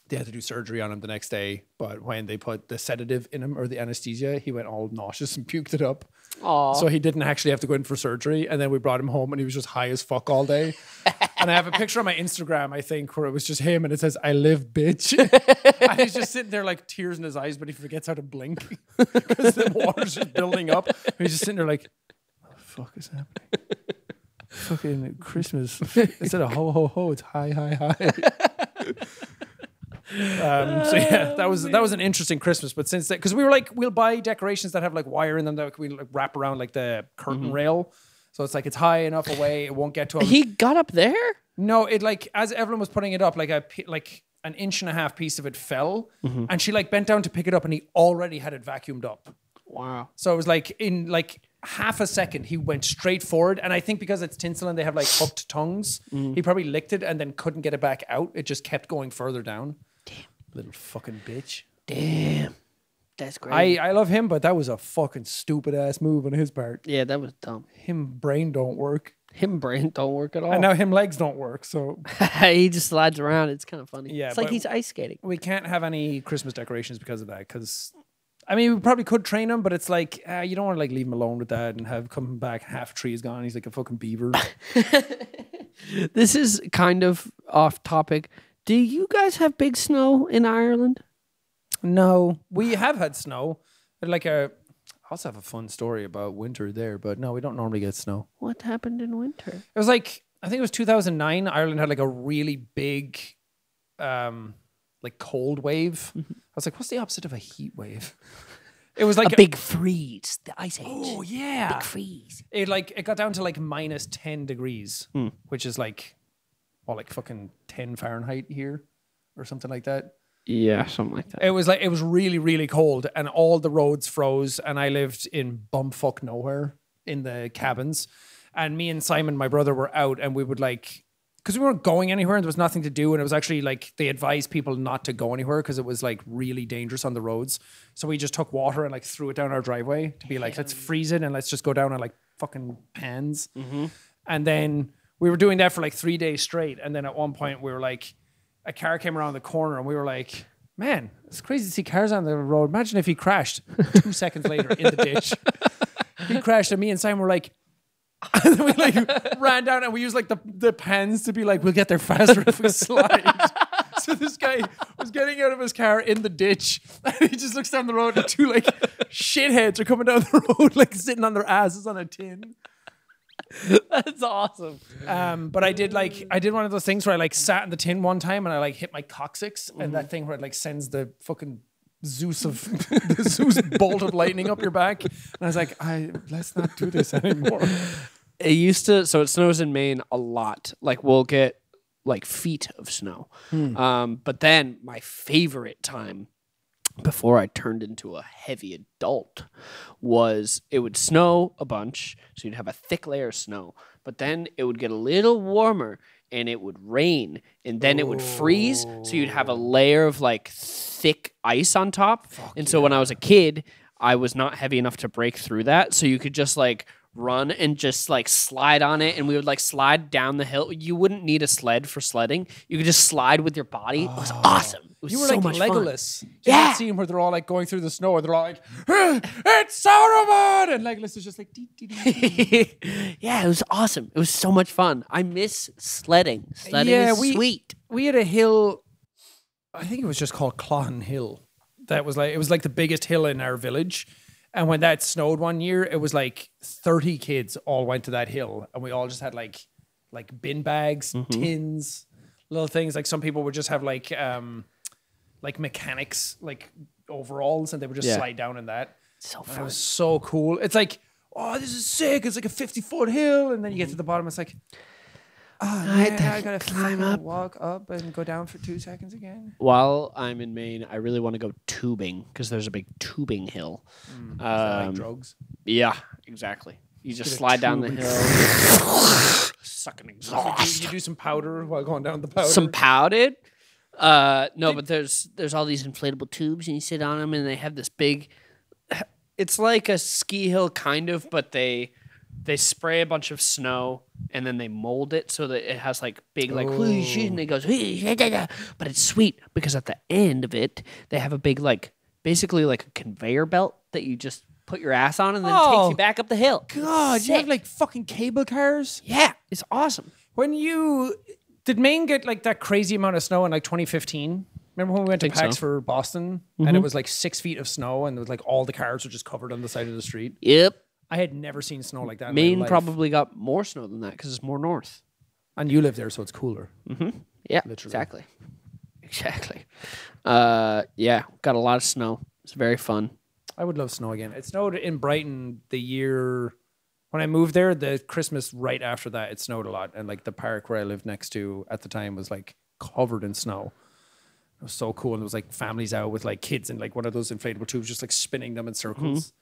S2: They had to do surgery on him the next day, but when they put the sedative in him or the anesthesia, he went all nauseous and [laughs] puked it up. So he didn't actually have to go in for surgery, and then we brought him home, and he was just high as fuck all day. and I have a picture on my Instagram, I think, where it was just him, and it says, "I live, bitch." [laughs] and he's just sitting there like tears in his eyes, but he forgets how to blink [laughs] because the water's just building up. And he's just sitting there like, fuck is happening? Fucking Christmas. Instead of ho ho ho, it's hi hi hi. [laughs] um, so yeah, that was that was an interesting Christmas. But since that, because we were like, we'll buy decorations that have like wire in them that we like wrap around like the curtain rail. So it's like it's high enough away, it won't get to him.
S7: He got up there.
S2: No, it like as Evelyn was putting it up, like a pi- like an inch and a half piece of it fell, and she like bent down to pick it up, and he already had it vacuumed up.
S7: Wow.
S2: So it was like in like half a second, he went straight forward. And I think because it's tinsel and they have like hooked tongues, he probably licked it and then couldn't get it back out. It just kept going further down. Damn. Little fucking bitch.
S7: Damn. That's great.
S2: I, I love him, but that was a fucking stupid ass move on his part.
S7: yeah, that was dumb.
S2: Him brain don't work.
S7: Him brain don't work at all.
S2: And now him legs don't work. So
S7: [laughs] he just slides around. It's kind of funny.
S2: Yeah,
S7: it's like
S2: but-
S7: he's ice skating.
S2: we can't have any Christmas decorations because of that. Because I mean, we probably could train him, but it's like uh, you don't want to like leave him alone with that and have come back half tree is gone. He's like a fucking [laughs] beaver.
S7: This is kind of off topic. Do you guys have big snow in Ireland?
S2: No, we have had snow. Like uh, a, I also have a fun story about winter there, but no, we don't normally get snow.
S7: What happened in winter?
S2: It was like I think it was 2009. Ireland had like a really big, um, like cold wave. I was like, what's the opposite of a heat wave? It was like
S7: freeze, the ice age.
S2: Oh yeah,
S7: freeze.
S2: it like it got down to like minus 10 degrees, which is like, well, like fucking 10 Fahrenheit here, or something like that.
S3: Yeah, something like that.
S2: It was like it was really, really cold, and all the roads froze, and I lived in bumfuck nowhere in the cabins. And me and Simon, my brother, were out, and we would like because we weren't going anywhere, and there was nothing to do, and it was actually like they advised people not to go anywhere because it was like really dangerous on the roads. So we just took water and like threw it down our driveway to be like, let's freeze it and let's just go down on like fucking pans. And then we were doing that for like three days straight, and then at one point we were like a car came around the corner and we were like, man, it's crazy to see cars on the road. Imagine if he crashed
S7: [laughs]
S2: two seconds later in the ditch. He crashed and me and Simon were like, [laughs] and we like ran down and we used like the, the pens to be like, we'll get there faster if we slide. [laughs] so this guy was getting out of his car in the ditch and he just looks down the road and two like shitheads are coming down the [laughs] road, like sitting on their asses on a tin.
S7: That's awesome.
S2: Um, but I did like I did one of those things where I like sat in the tin one time and I like hit my coccyx and
S3: Mm-hmm.
S2: that thing where it like sends the fucking Zeus
S3: [laughs]
S2: of [laughs] the Zeus bolt of lightning up your back. And I was like, I let's not do this
S3: [laughs]
S2: anymore.
S3: It used to, so it snows in Maine a lot. Like we'll get like feet of snow.
S7: Hmm.
S3: Um, but then my favorite time before I turned into a heavy adult was it would snow a bunch. So you'd have a thick layer of snow, but then it would get a little warmer and it would rain and then it would freeze.
S2: Oh.
S3: So you'd have a layer of like thick ice on top. and so when I was a kid, I was not heavy enough to break through that. So you could just like run and just like slide on it and we would like slide down the hill. You wouldn't need a sled for sledding. You could just slide with your body. It was awesome. It was
S2: Oh. You were
S3: so
S2: like
S3: much fun.
S2: Legolas. Yeah. That scene where they're all like going through the snow and they're all like, "Ah, it's Saruman! And Legolas is just like, "Dee, dee, dee, dee."
S7: [laughs] yeah, it was awesome. It was so much fun. I miss sledding. Sledding
S2: Yeah,
S7: is
S2: we-
S7: sweet.
S2: we had a hill, I think it was just called Clohan Hill. That was like, it was like the biggest hill in our village. And when that snowed one year, it was like 30 kids all went to that hill and we all just had like, like bin bags, tins, little things. Like some people would just have like, um, like mechanics, like overalls, and they would just
S3: Yeah.
S2: slide down in that.
S7: So
S2: And it
S7: fun.
S2: was so cool. It's like, oh, this is sick. It's like a 50 foot hill. And then you get to the bottom, it's like, oh, man, I gotta climb up, walk up, and go down for two seconds again.
S3: While I'm in Maine, I really want to go tubing because there's a big tubing hill.
S2: Like
S3: Um,
S2: drugs.
S3: Yeah, exactly. You just slide down the hill, sucking
S2: You,
S3: exhaust.
S2: you do some powder while going down the powder.
S3: Some powdered.
S7: Uh, no, but there's there's all these inflatable tubes, and you sit on them, and they have this big. [sighs]
S3: It's like a ski hill, kind of, but they they spray a bunch of snow and then they mold it so that it has like big like whoosh, and it goes. whoosh, da, da, da. But it's sweet because at the end of it, they have a big like basically like a conveyor belt that you just put your ass on, and then it takes
S2: Oh.
S3: you back up the hill.
S2: God, you have like fucking cable cars.
S3: Yeah, it's awesome.
S2: When you did Maine get like that crazy amount of snow in like 2015? Remember when we went to
S3: Think so. Mm-hmm.
S2: PAX for Boston and it was like six feet of snow and it was like all the cars were just covered on the side of the street?
S7: Yep.
S2: I had never seen snow like that. in my
S3: Maine
S2: life.
S3: probably got more snow than that because it's more north.
S2: And you live there, so it's cooler.
S3: Yeah, exactly, [laughs] exactly. Uh, yeah, got a lot of snow. It's very fun.
S2: I would love snow again. It snowed in Brighton the year when I moved there. The Christmas right after that, it snowed a lot, and like the park where I lived next to at the time was like covered in snow. It was so cool, and it was like families out with like kids and like one of those inflatable tubes, just like spinning them in circles.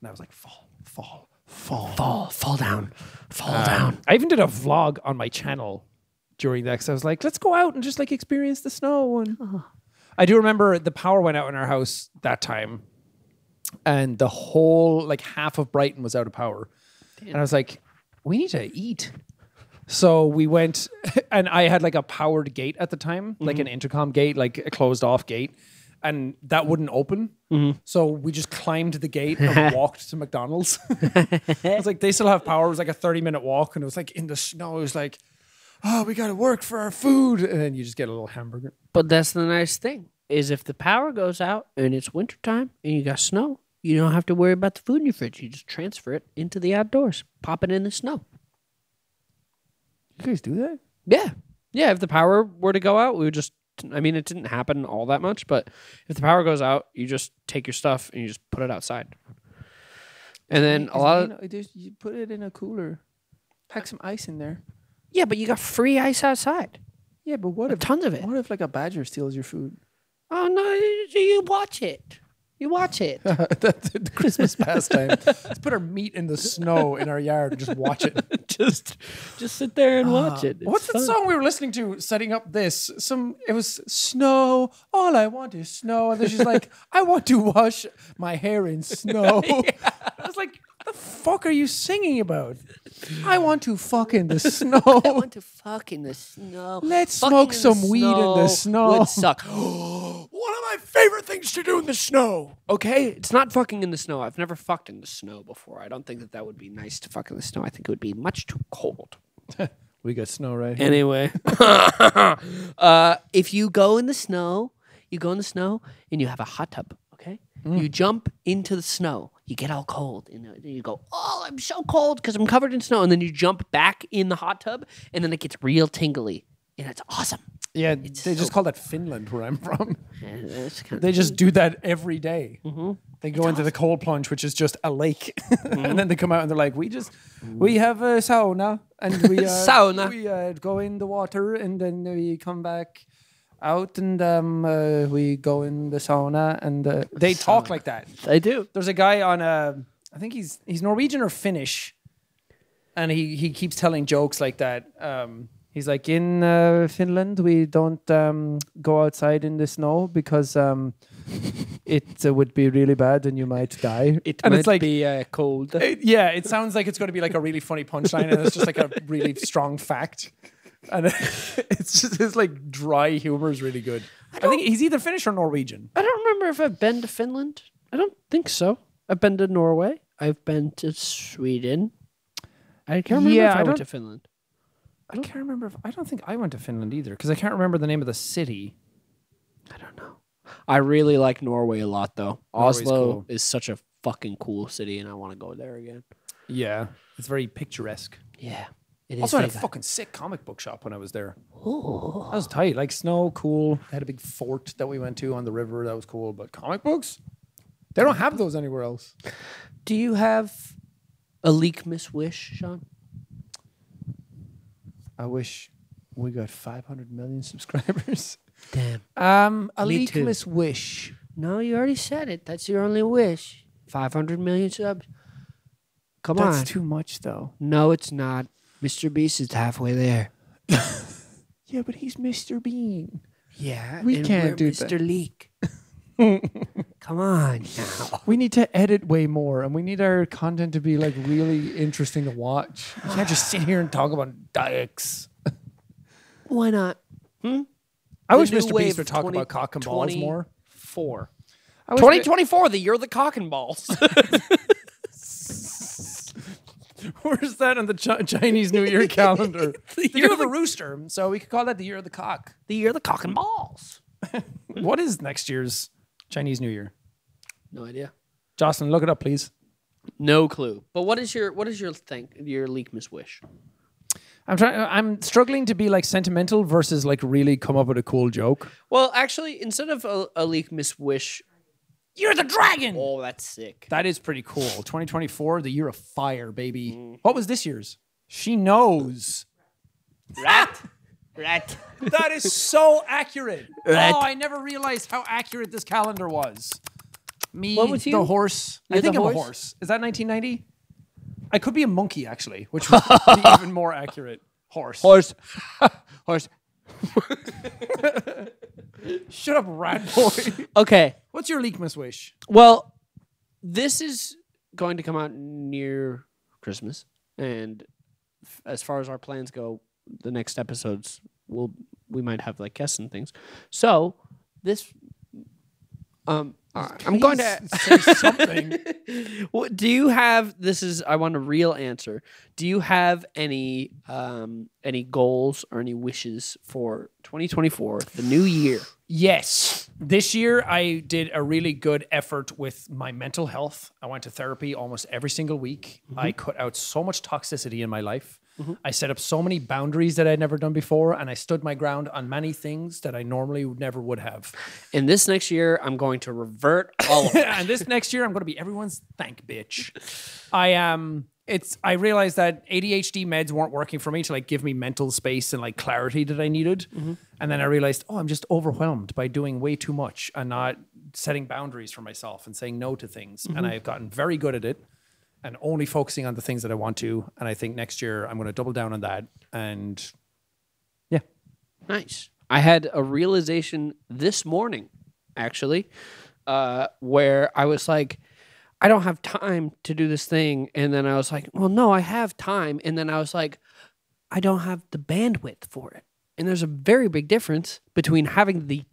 S2: And I was like, fall, fall, fall, fall, fall down, fall down. Um, I even did a vlog on my channel during that because I was like, let's go out and just like experience the snow. And I do remember the power went out in our house that time and the whole like half of Brighton was out of power. And I was like, we need to eat. So we went, [laughs] and I had like a powered gate at the time, like an intercom gate, like a closed off gate, and that wouldn't open. So we just climbed the gate and walked to McDonald's. [laughs] I was like, they still have power. It was like a 30 minute walk, and it was like in the snow. It was like, oh, we got to work for our food. And then you just get a little hamburger.
S7: But that's the nice thing is if the power goes out and it's wintertime and you got snow, you don't have to worry about the food in your fridge. You just transfer it into the outdoors, pop it in the snow.
S2: You guys do [laughs] that?
S3: Yeah, yeah. If the power were to go out, we would just. I mean, it didn't happen all that much, but if the power goes out, you just take your stuff and you just put it outside. And then a
S6: Uh,
S3: lot of
S10: you put it in a cooler. Pack some ice in there.
S7: Yeah, but you got free ice outside.
S10: Yeah, but what if
S7: Tons of it.
S10: what if like a badger steals your food?
S7: Oh no, you- you watch it. You watch it.
S2: the, the Christmas pastime. Let's put our meat in the snow in our yard and [laughs] just watch it.
S7: [laughs] just just sit there and watch it. It's
S2: What's the
S7: fun.
S2: song we were listening to setting up this? Some it was snow. All I want is snow. And then she's like, I want to wash my hair in [laughs] snow. I was like, the fuck are you singing about? I want to fuck in the [laughs]
S7: I
S2: snow.
S7: want to fuck in the snow.
S2: Let's
S7: Fucking
S2: smoke
S7: in the
S2: some weed in the snow.
S7: Would suck. [gasps]
S3: one of my favorite things to do in the snow. Okay, it's not fucking in the snow. I've never fucked in the snow before. I don't think that that would be nice to fuck in the snow. I think it would be much too cold.
S2: we got snow right here.
S7: Anyway, [laughs] uh, if you go in the snow, you go in the snow and you have a hot tub, okay?
S2: Mm.
S7: You jump into the snow. You get all cold and then you go, "Oh, I'm so cold because I'm covered in snow." And then you jump back in the hot tub and then it gets real tingly and it's awesome.
S2: Yeah, they just call that Finland where I'm from.
S7: And it's kind of-
S2: They just do that every day. They go into the cold plunge, which is just a lake, [laughs] and then they come out and they're like, "We just, we have a sauna, and we uh,
S7: Sauna.
S2: We uh, go in the water, and then we come back out, and um, uh, we go in the sauna, and uh, they talk like that.
S7: I do.
S2: There's a guy on a, I think he's he's Norwegian or Finnish, and he he keeps telling jokes like that. Um,
S10: He's like, in uh, Finland, we don't um, go outside in the snow because
S2: [laughs]
S10: um, it uh, would be really bad and you might die.
S2: It
S10: and
S2: might
S10: be uh, cold.
S2: It- yeah, it sounds like it's going to be like a really funny punchline, and it's just like a [laughs] really strong fact. And [laughs] it's just his like dry humor is really good. I, think he's either Finnish or Norwegian.
S3: I don't remember if I've been to Finland. I don't think so. I've been to Norway. I've been to Sweden. I can't remember
S10: Yeah,
S3: if I,
S10: I
S3: went
S10: don't-
S3: to Finland.
S10: I can't remember. If, I don't think I went to Finland either because I can't remember the name of the city.
S3: I don't know. I really like Norway a lot, though.
S10: Norway's
S3: Oslo
S10: cool.
S3: is such a fucking cool city, and I want to go there again.
S10: Yeah, it's very picturesque.
S3: Yeah, it is.
S2: Also had a
S3: big.
S2: fucking sick comic book shop when I was there.
S10: That was tight. Like snow, cool.
S2: They had a big fort that we went to on the river. That was cool. But comic books, they don't have those anywhere else.
S7: Do you have a leak miss wish, Sean?
S10: I wish we got 500 million [laughs] subscribers.
S7: Damn.
S2: Um, a
S7: Me too.
S2: leakless wish.
S7: No, you already said it. That's your only wish. 500 million subs. Come on.
S10: That's too much, though.
S7: no, it's not. Mr. Beast is halfway there.
S10: Yeah, but he's Mr. Bean.
S7: Yeah.
S10: We
S7: and
S10: can't
S7: we're
S10: do
S7: Mr.
S10: that.
S7: Leak.
S3: [laughs]
S7: Come on now.
S10: We need to edit way more, and we need our content to be like really interesting to watch.
S2: You can't just sit here and talk about dicks.
S7: Why not?
S2: I
S7: The
S2: wish
S7: new
S2: Mr.
S7: wave
S2: Beast would
S7: of
S2: talk
S7: 20
S2: about cock and balls
S3: 20
S2: [laughs] more.
S3: Four.
S10: I wish
S3: Twenty
S10: that-
S3: twenty four. The year of the cock and balls.
S2: Where's that on the Ch- Chinese New [laughs] Year calendar? the year of the rooster. So we could call that the year of the cock.
S3: the year of the cock and balls.
S2: What is next year's Chinese New Year?
S7: No idea.
S2: Jocelyn, look it up, please.
S3: No clue.
S7: But what is your what is your thing your leak miss wish?
S2: I'm trying. I'm struggling to be like sentimental versus like really come up with a cool joke.
S7: Well, actually, instead of a, a leak miss wish,
S2: You're the dragon.
S7: oh, that's sick.
S2: That is pretty cool. 2024, the year of fire, baby. What was this year's? She knows.
S7: Right.
S2: [laughs] That is so [laughs] accurate.
S7: Right.
S2: Oh, I never realized how accurate this calendar was. Me,
S7: What was
S2: the
S7: you?
S2: horse. I
S7: You're
S2: think
S7: the
S2: I'm a
S7: horse?
S2: horse. Is that 1990? I could be a monkey actually, which [laughs] would be even more accurate. Horse.
S7: [laughs]
S3: Horse. Horse.
S2: Shut up, rat [laughs] boy.
S7: Okay.
S2: What's your leak miss wish?
S7: Well, this is going to come out near Christmas, and f- as far as our plans go, the next episodes will we might have like guests and things. So this, um, I'm going to
S2: Say something.
S7: What do you have? This is I want a real answer. Do you have any um any goals or any wishes for 2024, the
S2: [sighs]
S7: new year?
S2: Yes. This year, I did a really good effort with my mental health. I went to therapy almost every single week. I cut out so much toxicity in my life. I set up so many boundaries that I'd never done before, and I stood my ground on many things that I normally would- never would have.
S7: And this next year, I'm going to revert all of
S2: [laughs]
S7: it.
S2: and this next year, I'm going to be everyone's thank
S7: [laughs]
S2: bitch. I am. it's. I realized that ADHD meds weren't working for me to like give me mental space and like clarity that I needed.
S7: Mm-hmm.
S2: And then I realized, oh, I'm just overwhelmed by doing way too much and not setting boundaries for myself and saying no to things.
S7: Mm-hmm.
S2: And I've gotten very good at it and only focusing on the things that I want to. And I think next year I'm going to double down on that. And
S7: Nice. I had a realization this morning, actually, uh, where I was like, I don't have time to do this thing. And then I was like, well, no, I have time. And then I was like, I don't have the bandwidth for it. And there's a very big difference between having the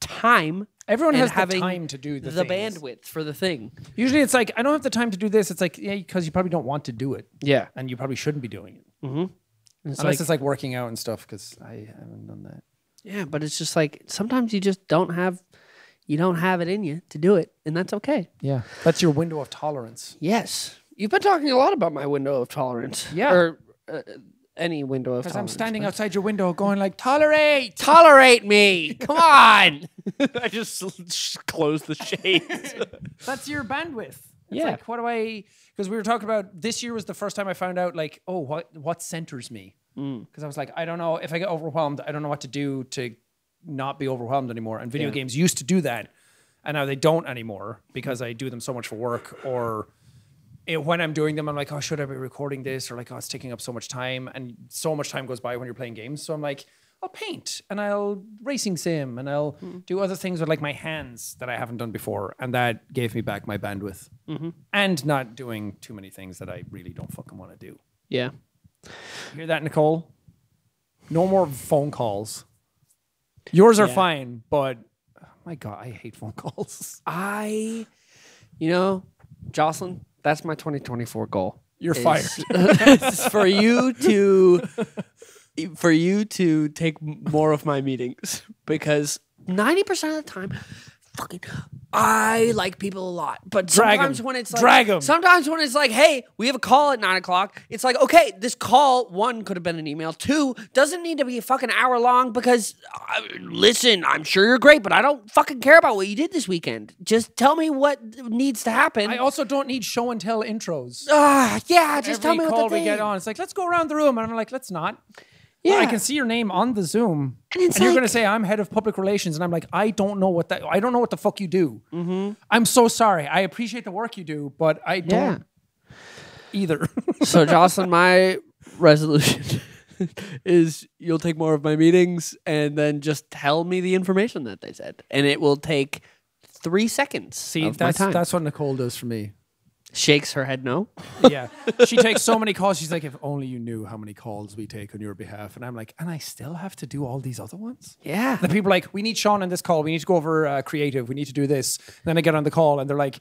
S7: time.
S2: everyone
S7: and
S2: has the
S7: having
S2: time to do the,
S7: the
S2: things.
S7: bandwidth for the thing.
S2: Usually it's like I don't have the time to do this. It's like yeah, because you probably don't want to do it.
S7: Yeah.
S2: and you probably shouldn't be doing it
S7: It's
S2: unless
S7: like-
S2: it's like working out and stuff. Because I haven't done that.
S7: yeah, but it's just like sometimes you just don't have you don't have it in you to do it, and that's okay.
S2: Yeah, that's your window of tolerance.
S7: Yes. You've been talking a lot about my window of tolerance.
S2: Yeah.
S7: Or uh, any window of
S2: Because
S7: tolerance.
S2: I'm standing outside your window, going like, "Tolerate."
S7: Tolerate me. Come on.
S2: [laughs]
S3: I just s- closed the shades.
S7: [laughs]
S2: That's your bandwidth. It's
S7: Yeah.
S2: Like, what do I? Because we were talking about this year was the first time I found out like, oh, what what centers me? Because I was like, I don't know if I get overwhelmed, I don't know what to do to not be overwhelmed anymore. And video games used to do that, and now they don't anymore because I do them so much for work or it, when I'm doing them, I'm like, oh, should I be recording this? Or like, oh, it's taking up so much time. And so much time goes by when you're playing games. So I'm like, I'll paint and I'll racing sim and I'll do other things with like my hands that I haven't done before. And that gave me back my bandwidth and not doing too many things that I really don't fucking want to do.
S3: Yeah.
S2: You hear that, Nicole? No more phone calls. Yours are fine, but oh my God, I hate phone [laughs] calls.
S3: I, you know, Jocelyn, that's my 2024
S7: [laughs]
S3: goal.
S2: You're fired.
S7: It's for you to for you to take m- more of my meetings because 90% of the time fucking I like people a lot, but
S2: Drag 'em.
S7: sometimes when it's like
S2: Drag 'em.
S7: sometimes when it's like, hey, we have a call at nine o'clock, it's like, okay, this call one could have been an email, two doesn't need to be a fucking hour long because uh, listen, I'm sure you're great, but I don't fucking care about what you did this weekend. Just tell me what needs to happen.
S2: I also don't need show and tell intros.
S7: Ah, yeah, just tell
S2: Every
S7: me
S2: call
S7: what the
S2: we get
S7: thing-
S2: on, it's like, let's go around the room. And I'm like, let's not. Yeah. I
S7: Yeah.
S2: can see your name on the Zoom. And,
S7: it's
S2: you're
S7: like-
S2: going to say, I'm head of public relations. And I'm like, I don't know what that, I don't know what the fuck you do. I'm so sorry. I appreciate the work you do, but I don't
S7: Mm-hmm. Yeah. [laughs]
S2: either.
S7: So, Jocelyn, my resolution [laughs] is you'll take more of my meetings and then just tell me the information that they said, and it will take three seconds. See, of
S2: that's,
S7: my time.
S2: that's what Nicole does for me.
S7: shakes her head no.
S2: yeah. She takes so many calls. She's like, if only you knew how many calls we take on your behalf. And I'm like, and I still have to do all these other ones?
S7: Yeah,
S2: The people are like, we need Sean on this call. We need to go over uh, creative. We need to do this. then I get on the call and they're like,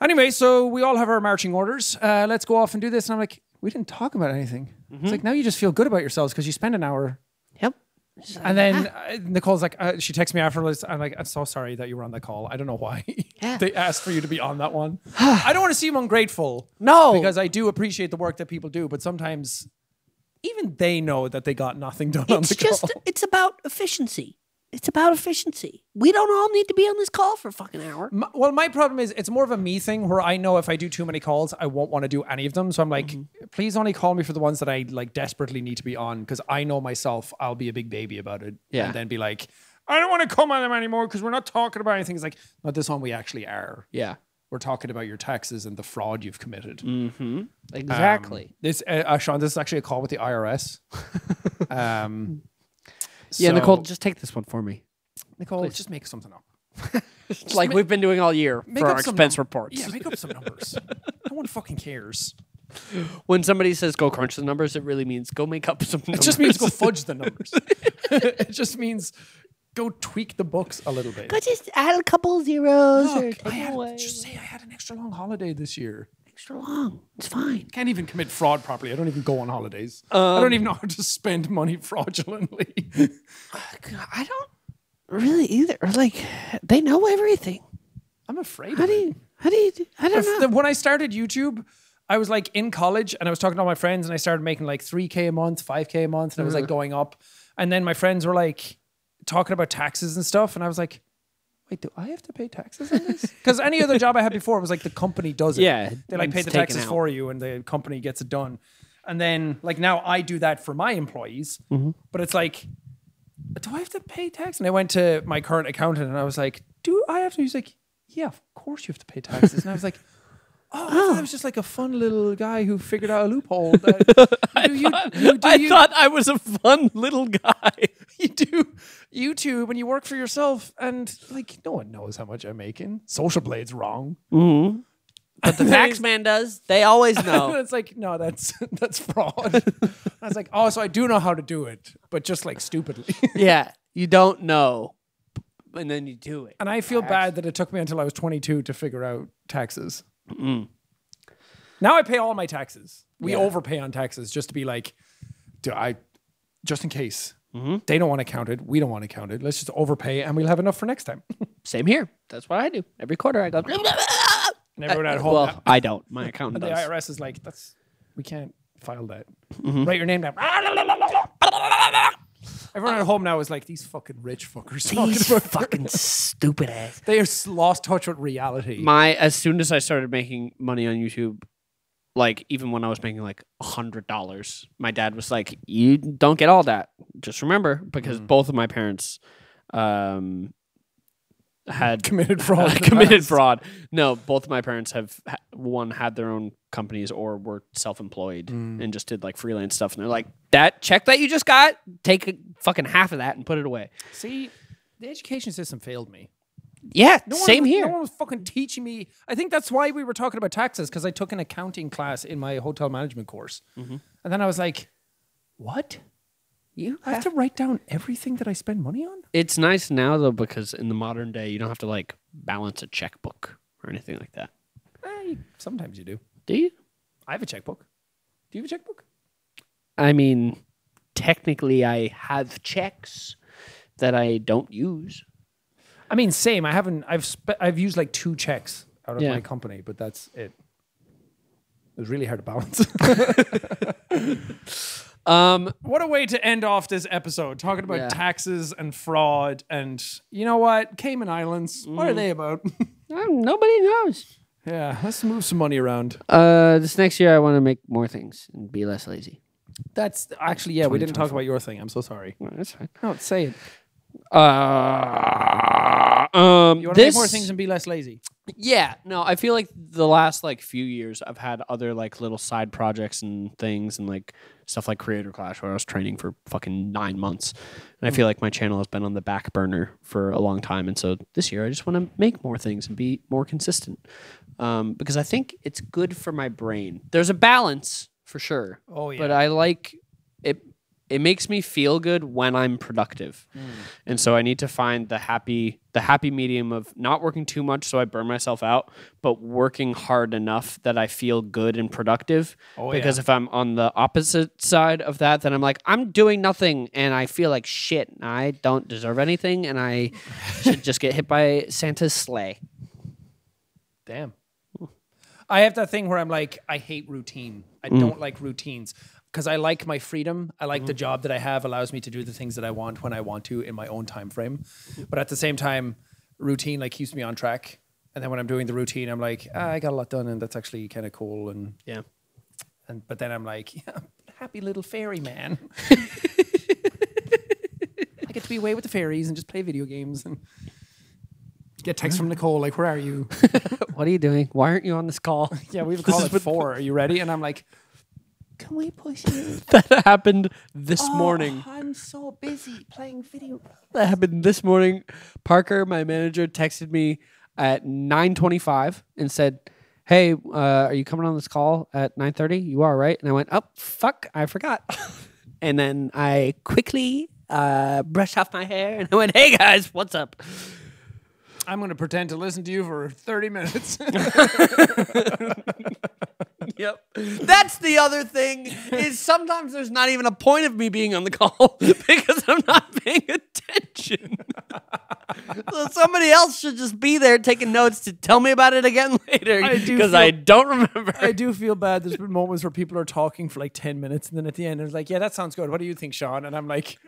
S2: anyway, so we all have our marching orders. Uh, let's go off and do this. And I'm like, we didn't talk about anything.
S7: Mm-hmm.
S2: It's like, now you just feel good about yourselves because you spend an hour.
S7: yep.
S2: And then uh, Nicole's like, uh, she texts me afterwards. I'm like, I'm so sorry that you were on that call. I don't know why [laughs]
S7: Yeah.
S2: they asked for you to be on that
S7: [sighs]
S2: one. I don't want to seem ungrateful
S7: No,
S2: because I do appreciate the work that people do, but sometimes even they know that they got nothing done on
S7: it's
S2: the
S7: just
S2: call.
S7: it's about efficiency. It's about efficiency. We don't all need to be on this call for a fucking hour.
S2: My, well, my problem is it's more of a me thing where I know if I do too many calls, I won't want to do any of them. So I'm like, please only call me for the ones that I like desperately need to be on because I know myself I'll be a big baby about it.
S7: Yeah.
S2: And then be like, I don't want to come on them anymore because we're not talking about anything. It's like, not this one we actually are.
S7: Yeah,
S2: We're talking about your taxes and the fraud you've committed.
S7: exactly.
S2: Um, this, uh, uh, Sean, this is actually a call with the [laughs] IRS. um,
S7: yeah,
S2: so-
S7: Nicole, just take this one for me.
S2: Nicole, just make something up.
S7: like we've been doing all year
S2: Make
S7: for
S2: up
S7: our
S2: some
S7: expense
S2: num-
S7: reports.
S2: Yeah, make up some [laughs] numbers. no one fucking cares.
S7: When somebody says go crunch the numbers, it really means go make up some.
S2: It
S7: numbers.
S2: just means go
S7: [laughs]
S2: fudge the [laughs] numbers. it just means go tweak the books a little bit.
S6: Go just add a couple zeros or
S2: Look, I
S6: take away.
S2: had, just say I had an extra long holiday this year.
S7: extra long. It's fine.
S2: Can't even commit fraud properly. I don't even go on holidays. I don't even know how to spend money [laughs] fraudulently.
S7: I don't really either. Like they know everything.
S2: I'm afraid.
S7: How
S2: of
S7: do
S2: it.
S7: you? How do you? do- I don't
S2: If
S7: know.
S2: the- when I started YouTube, I was like in college and I was talking to all my friends and I started making like 3K a month, 5K a month, and it was
S3: Mm-hmm.
S2: like going up. And then my friends were like talking about taxes and stuff. And I was like, wait, do I have to pay taxes on
S3: [laughs]
S2: this? Because any other job I had before was like the company does it.
S3: Yeah,
S2: They like pay
S3: it's
S2: the
S3: taken
S2: taxes
S3: out.
S2: for you and the company gets it done. And then like now I do that for my employees,
S3: Mm-hmm.
S2: but it's like, do I have to pay tax? And I went to my current accountant and I was like, do I have to? He's like, yeah, of course you have to pay taxes. And I was like, oh, I thought I was just like a fun little guy who figured out a
S3: [laughs]
S2: loophole. That, do you, you- do
S3: I
S2: you-
S3: thought I was a fun little guy.
S2: [laughs] you do YouTube and you work for yourself, and like no one knows how much I'm making. Social Blade's wrong.
S7: But the tax man does. They always
S2: And
S3: [laughs]
S7: [laughs]
S2: [laughs]
S7: know.
S2: it's like no, that's that's fraud. [laughs] I was like, oh, so I do know how to do it, but just like stupidly. [laughs]
S7: yeah, you don't know, and then you do it.
S2: and I feel bad that it took me until I was 22 to figure out taxes. Now I pay all my taxes. We overpay on taxes just to be like, do I, just in case. They don't want to count it. We don't want to count it. Let's just overpay and we'll have enough for next time. [laughs]
S7: Same here. That's what I do every quarter. I go.
S2: And everyone at home.
S7: Well, I don't. My accountant
S2: the
S7: does.
S2: IRS is like, that's we can't file that. Write your name down. Everyone at home now is like, these fucking rich fuckers. talking
S7: These
S2: about-
S7: fucking stupid ass.
S2: [laughs] they have lost touch with reality.
S3: My as soon as I started making money on YouTube, like even when I was making like a hundred dollars, my dad was like, "You don't get all that. Just remember, because both of my parents, um, had
S2: committed
S3: [laughs]
S2: fraud. in the
S3: committed
S2: past.
S3: fraud. No, both of my parents have ha- one had their own companies or were self-employed
S2: Mm.
S3: and just did like freelance stuff. And they're like, that check that you just got, take a, fucking half of that and put it away.
S2: See, the education system failed me.
S3: Yeah,
S2: No one
S3: same
S2: was-
S3: here.
S2: No one was fucking teaching me. I think that's why we were talking about taxes because I took an accounting class in my hotel management course,
S3: Mm-hmm.
S2: and then I was like, "What?
S7: You
S2: I have to write down everything that I spend money on?
S3: It's nice now though because in the modern day you don't have to like balance a checkbook or anything like that.
S2: Eh, you- sometimes you do.
S3: Do you?
S2: I have a checkbook. Do you have a checkbook?
S3: I mean, technically I have checks that I don't use.
S2: I mean, same. I haven't. I've sp- I've used like two checks out of
S3: Yeah.
S2: my company, but that's it. It was really hard to balance.
S3: [laughs]
S2: [laughs]
S3: Um
S2: What a way to end off this episode talking about
S7: Yeah.
S2: taxes and fraud and you know what? Cayman Islands, what are
S3: Mm.
S2: they about? [laughs]
S7: nobody knows.
S2: yeah, let's move some money around.
S7: Uh, this next year, I want to make more things and be less lazy.
S2: That's actually yeah, we didn't talk about your thing. I'm so sorry.
S7: Well, that's fine.
S10: No, say it.
S3: Uh, um,
S2: You want to
S3: this,
S2: make more things and be less lazy.
S3: yeah, no, I feel like the last like few years I've had other like little side projects and things and like stuff like Creator Clash where I was training for fucking nine months, and I
S2: Hmm.
S3: feel like my channel has been on the back burner for a long time, and so this year I just want to make more things and be more consistent, um, because I think it's good for my brain. There's a balance for sure.
S2: Oh, yeah.
S3: but I like it. It makes me feel good when I'm productive, and so I need to find the happy the happy medium of not working too much so I burn myself out, but working hard enough that I feel good and productive.
S2: Oh,
S3: because if I'm on the opposite side of that, then I'm like I'm doing nothing and I feel like shit. and I don't deserve anything, and I should just get hit by Santa's sleigh.
S2: Damn. I have that thing where I'm like, I hate routine. I don't like routines because I like my freedom. I like the job that I have allows me to do the things that I want when I want to in my own time frame. But at the same time, routine like keeps me on track. And then when I'm doing the routine, I'm like, ah, I got a lot done, and that's actually kind of cool. And
S3: Yeah.
S2: and but then I'm like, [laughs] yeah, happy little fairy man. I get to be away with the fairies and just play video games and get texts from Nicole like, where are you?
S7: What are you doing? Why aren't you on this call?
S2: [laughs] Yeah, we've called at four. Are you ready? And I'm like,
S6: Can we push it?
S3: [laughs] That happened this morning.
S6: Oh, I'm so busy playing video.
S3: that happened this morning. Parker, my manager, texted me at 9:25 and said, "Hey, uh, are you coming on this call at 9:30? You are, right?" And I went, "Oh, fuck, I forgot." [laughs] and then I quickly uh, brushed off my hair and I went, "Hey guys, what's up?"
S2: I'm going to pretend to listen to you for 30 [laughs] minutes.
S7: Yep. That's the other thing is sometimes there's not even a point of me being on the call [laughs] because I'm not paying attention. [laughs] so somebody else should just be there taking notes to tell me about it again [laughs] later
S2: I do
S7: because
S2: feel-
S7: I don't remember.
S2: I do feel bad. There's been moments where people are talking for like 10 minutes, and then at the end, it's like, yeah, that sounds good. What do you think, Sean? And I'm like,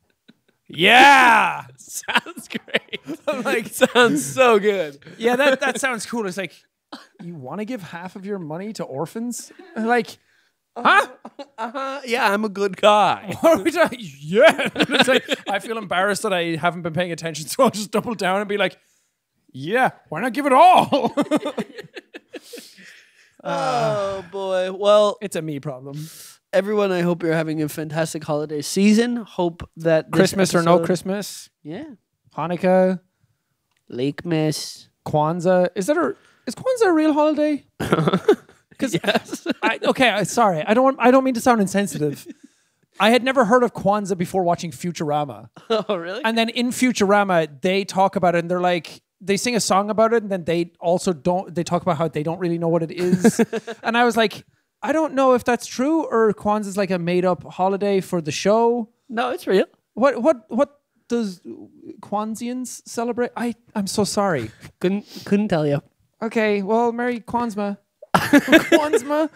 S2: [laughs] yeah.
S7: Sounds great.
S2: [laughs] I'm like,
S7: [laughs] Sounds so good.
S2: yeah, that, that sounds cool. It's like, you want to give half of your money to orphans? And like,
S7: Uh, yeah, I'm a good guy.
S2: what are we talking? [laughs] Yeah. it's like, I feel embarrassed that I haven't been paying attention, [laughs] so I'll just double down and be like, yeah, why not give it all? [laughs]
S7: Oh boy. Well,
S2: it's a me problem.
S7: everyone, I hope you're having a fantastic holiday season. Hope that this
S10: Christmas or no
S7: episode-
S10: Christmas,
S7: Yeah.
S10: Hanukkah,
S7: Lake miss.
S10: Kwanzaa. Is that a is Kwanzaa a real
S7: [laughs]
S10: holiday?
S7: Yes.
S2: I, okay, I, sorry. I don't. Want, I don't mean to sound insensitive. I had never heard of Kwanzaa before watching Futurama,
S7: [laughs] oh really?
S2: and then in Futurama they talk about it, and they're like they sing a song about it, and then they also don't. They talk about how they don't really know what it
S7: [laughs]
S2: is, and I was like, I don't know if that's true or Kwanzaa is like a made up holiday for the show.
S7: no, it's real.
S2: What what what does Kwanzaa celebrate? I I'm so sorry.
S7: Couldn't couldn't tell you.
S2: Okay, well, Merry Kwanzaa. [laughs] Kwanzaa.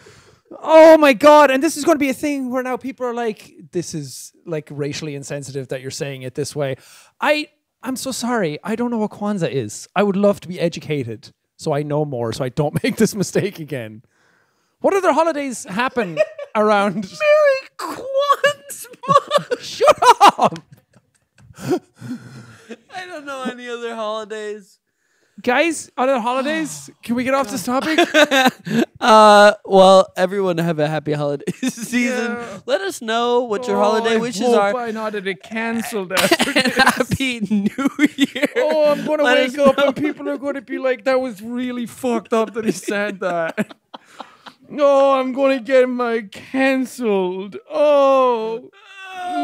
S2: Oh my God. And this is going to be a thing where now people are like, this is like racially insensitive that you're saying it this way. I, I'm so sorry. I don't know what Kwanzaa is. I would love to be educated so I know more so I don't [laughs] make this mistake again. What other holidays [laughs] happen around?
S7: Merry
S2: [laughs]
S7: Kwanzaa.
S2: Shut up!
S7: I don't know any any other holidays?
S2: Guys, other
S7: [sighs]
S2: holidays? Can we get off this topic?
S7: Uh, well, everyone have a happy holiday [laughs] season. Let us know what your holiday
S2: Oh, I
S7: wishes
S2: hope
S7: are.
S2: I not that it canceled
S7: [laughs] And
S2: after
S7: happy New Year.
S2: [laughs] Oh, I'm gonna
S7: Let us
S2: wake up
S7: know.
S2: and people are gonna be like, "That was really fucked up that he said that." [laughs] No, I'm gonna get my cancelled. Oh,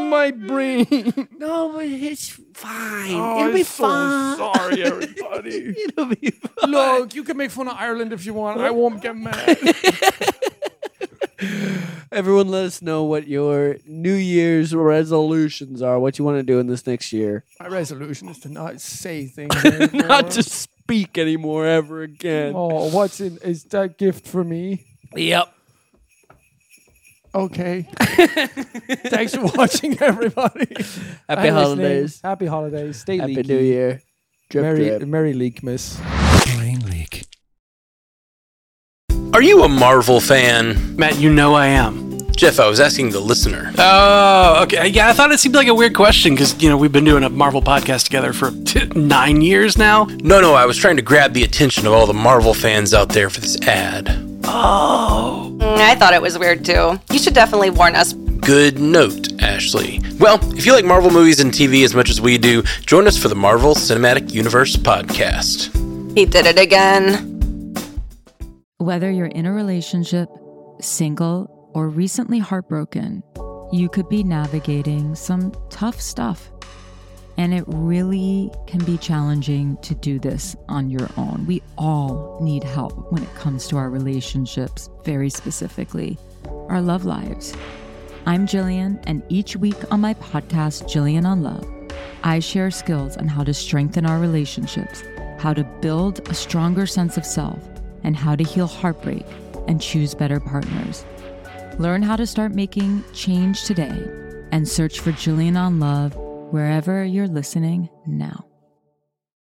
S2: my
S7: [laughs]
S2: brain.
S7: [laughs] No, but it's fine.
S2: Oh,
S7: It'll
S2: I'm
S7: be
S2: so
S7: fine. [laughs]
S2: sorry, everybody.
S7: It'll be fine.
S2: Look, you can make fun of Ireland if you want. I won't get mad.
S7: [laughs] Everyone, let us know what your New Year's resolutions are. What you want to do in this next year.
S2: My resolution is to not say things.
S7: [laughs] Not to speak anymore ever again.
S10: Oh, what's in? Is that gift for me?
S7: Yep.
S10: Okay. [laughs]
S2: Thanks for watching, everybody.
S7: Happy
S10: Hi, listening.
S7: holidays.
S10: Happy holidays. Stay
S7: Happy
S10: leaky.
S7: New Year. Drip,
S10: Merry,
S7: drip.
S10: Merry Leakmas.
S11: Are you a Marvel fan?
S12: Matt, you know I am.
S11: Jeff, I was asking the listener.
S12: Oh, okay. Yeah, I thought it seemed like a weird question because, you know, we've been doing a Marvel podcast together for [laughs] nine years now.
S11: No, no, I was trying to grab the attention of all the Marvel fans out there for this ad.
S12: Oh.
S13: Mm, I thought it was weird too. You should definitely warn us.
S11: Good note, Ashley. Well, if you like Marvel movies and TV as much as we do, join us for the Marvel Cinematic Universe podcast.
S13: He did it again.
S14: Whether you're in a relationship, single, or recently heartbroken, you could be navigating some tough stuff. And it really can be challenging to do this on your own. We all need help when it comes to our relationships, very specifically, our love lives. I'm Jillian, and each week on my podcast, Jillian on Love, I share skills on how to strengthen our relationships, how to build a stronger sense of self, and how to heal heartbreak and choose better partners. Learn how to start making change today and search for Jillian on Love wherever you're listening now.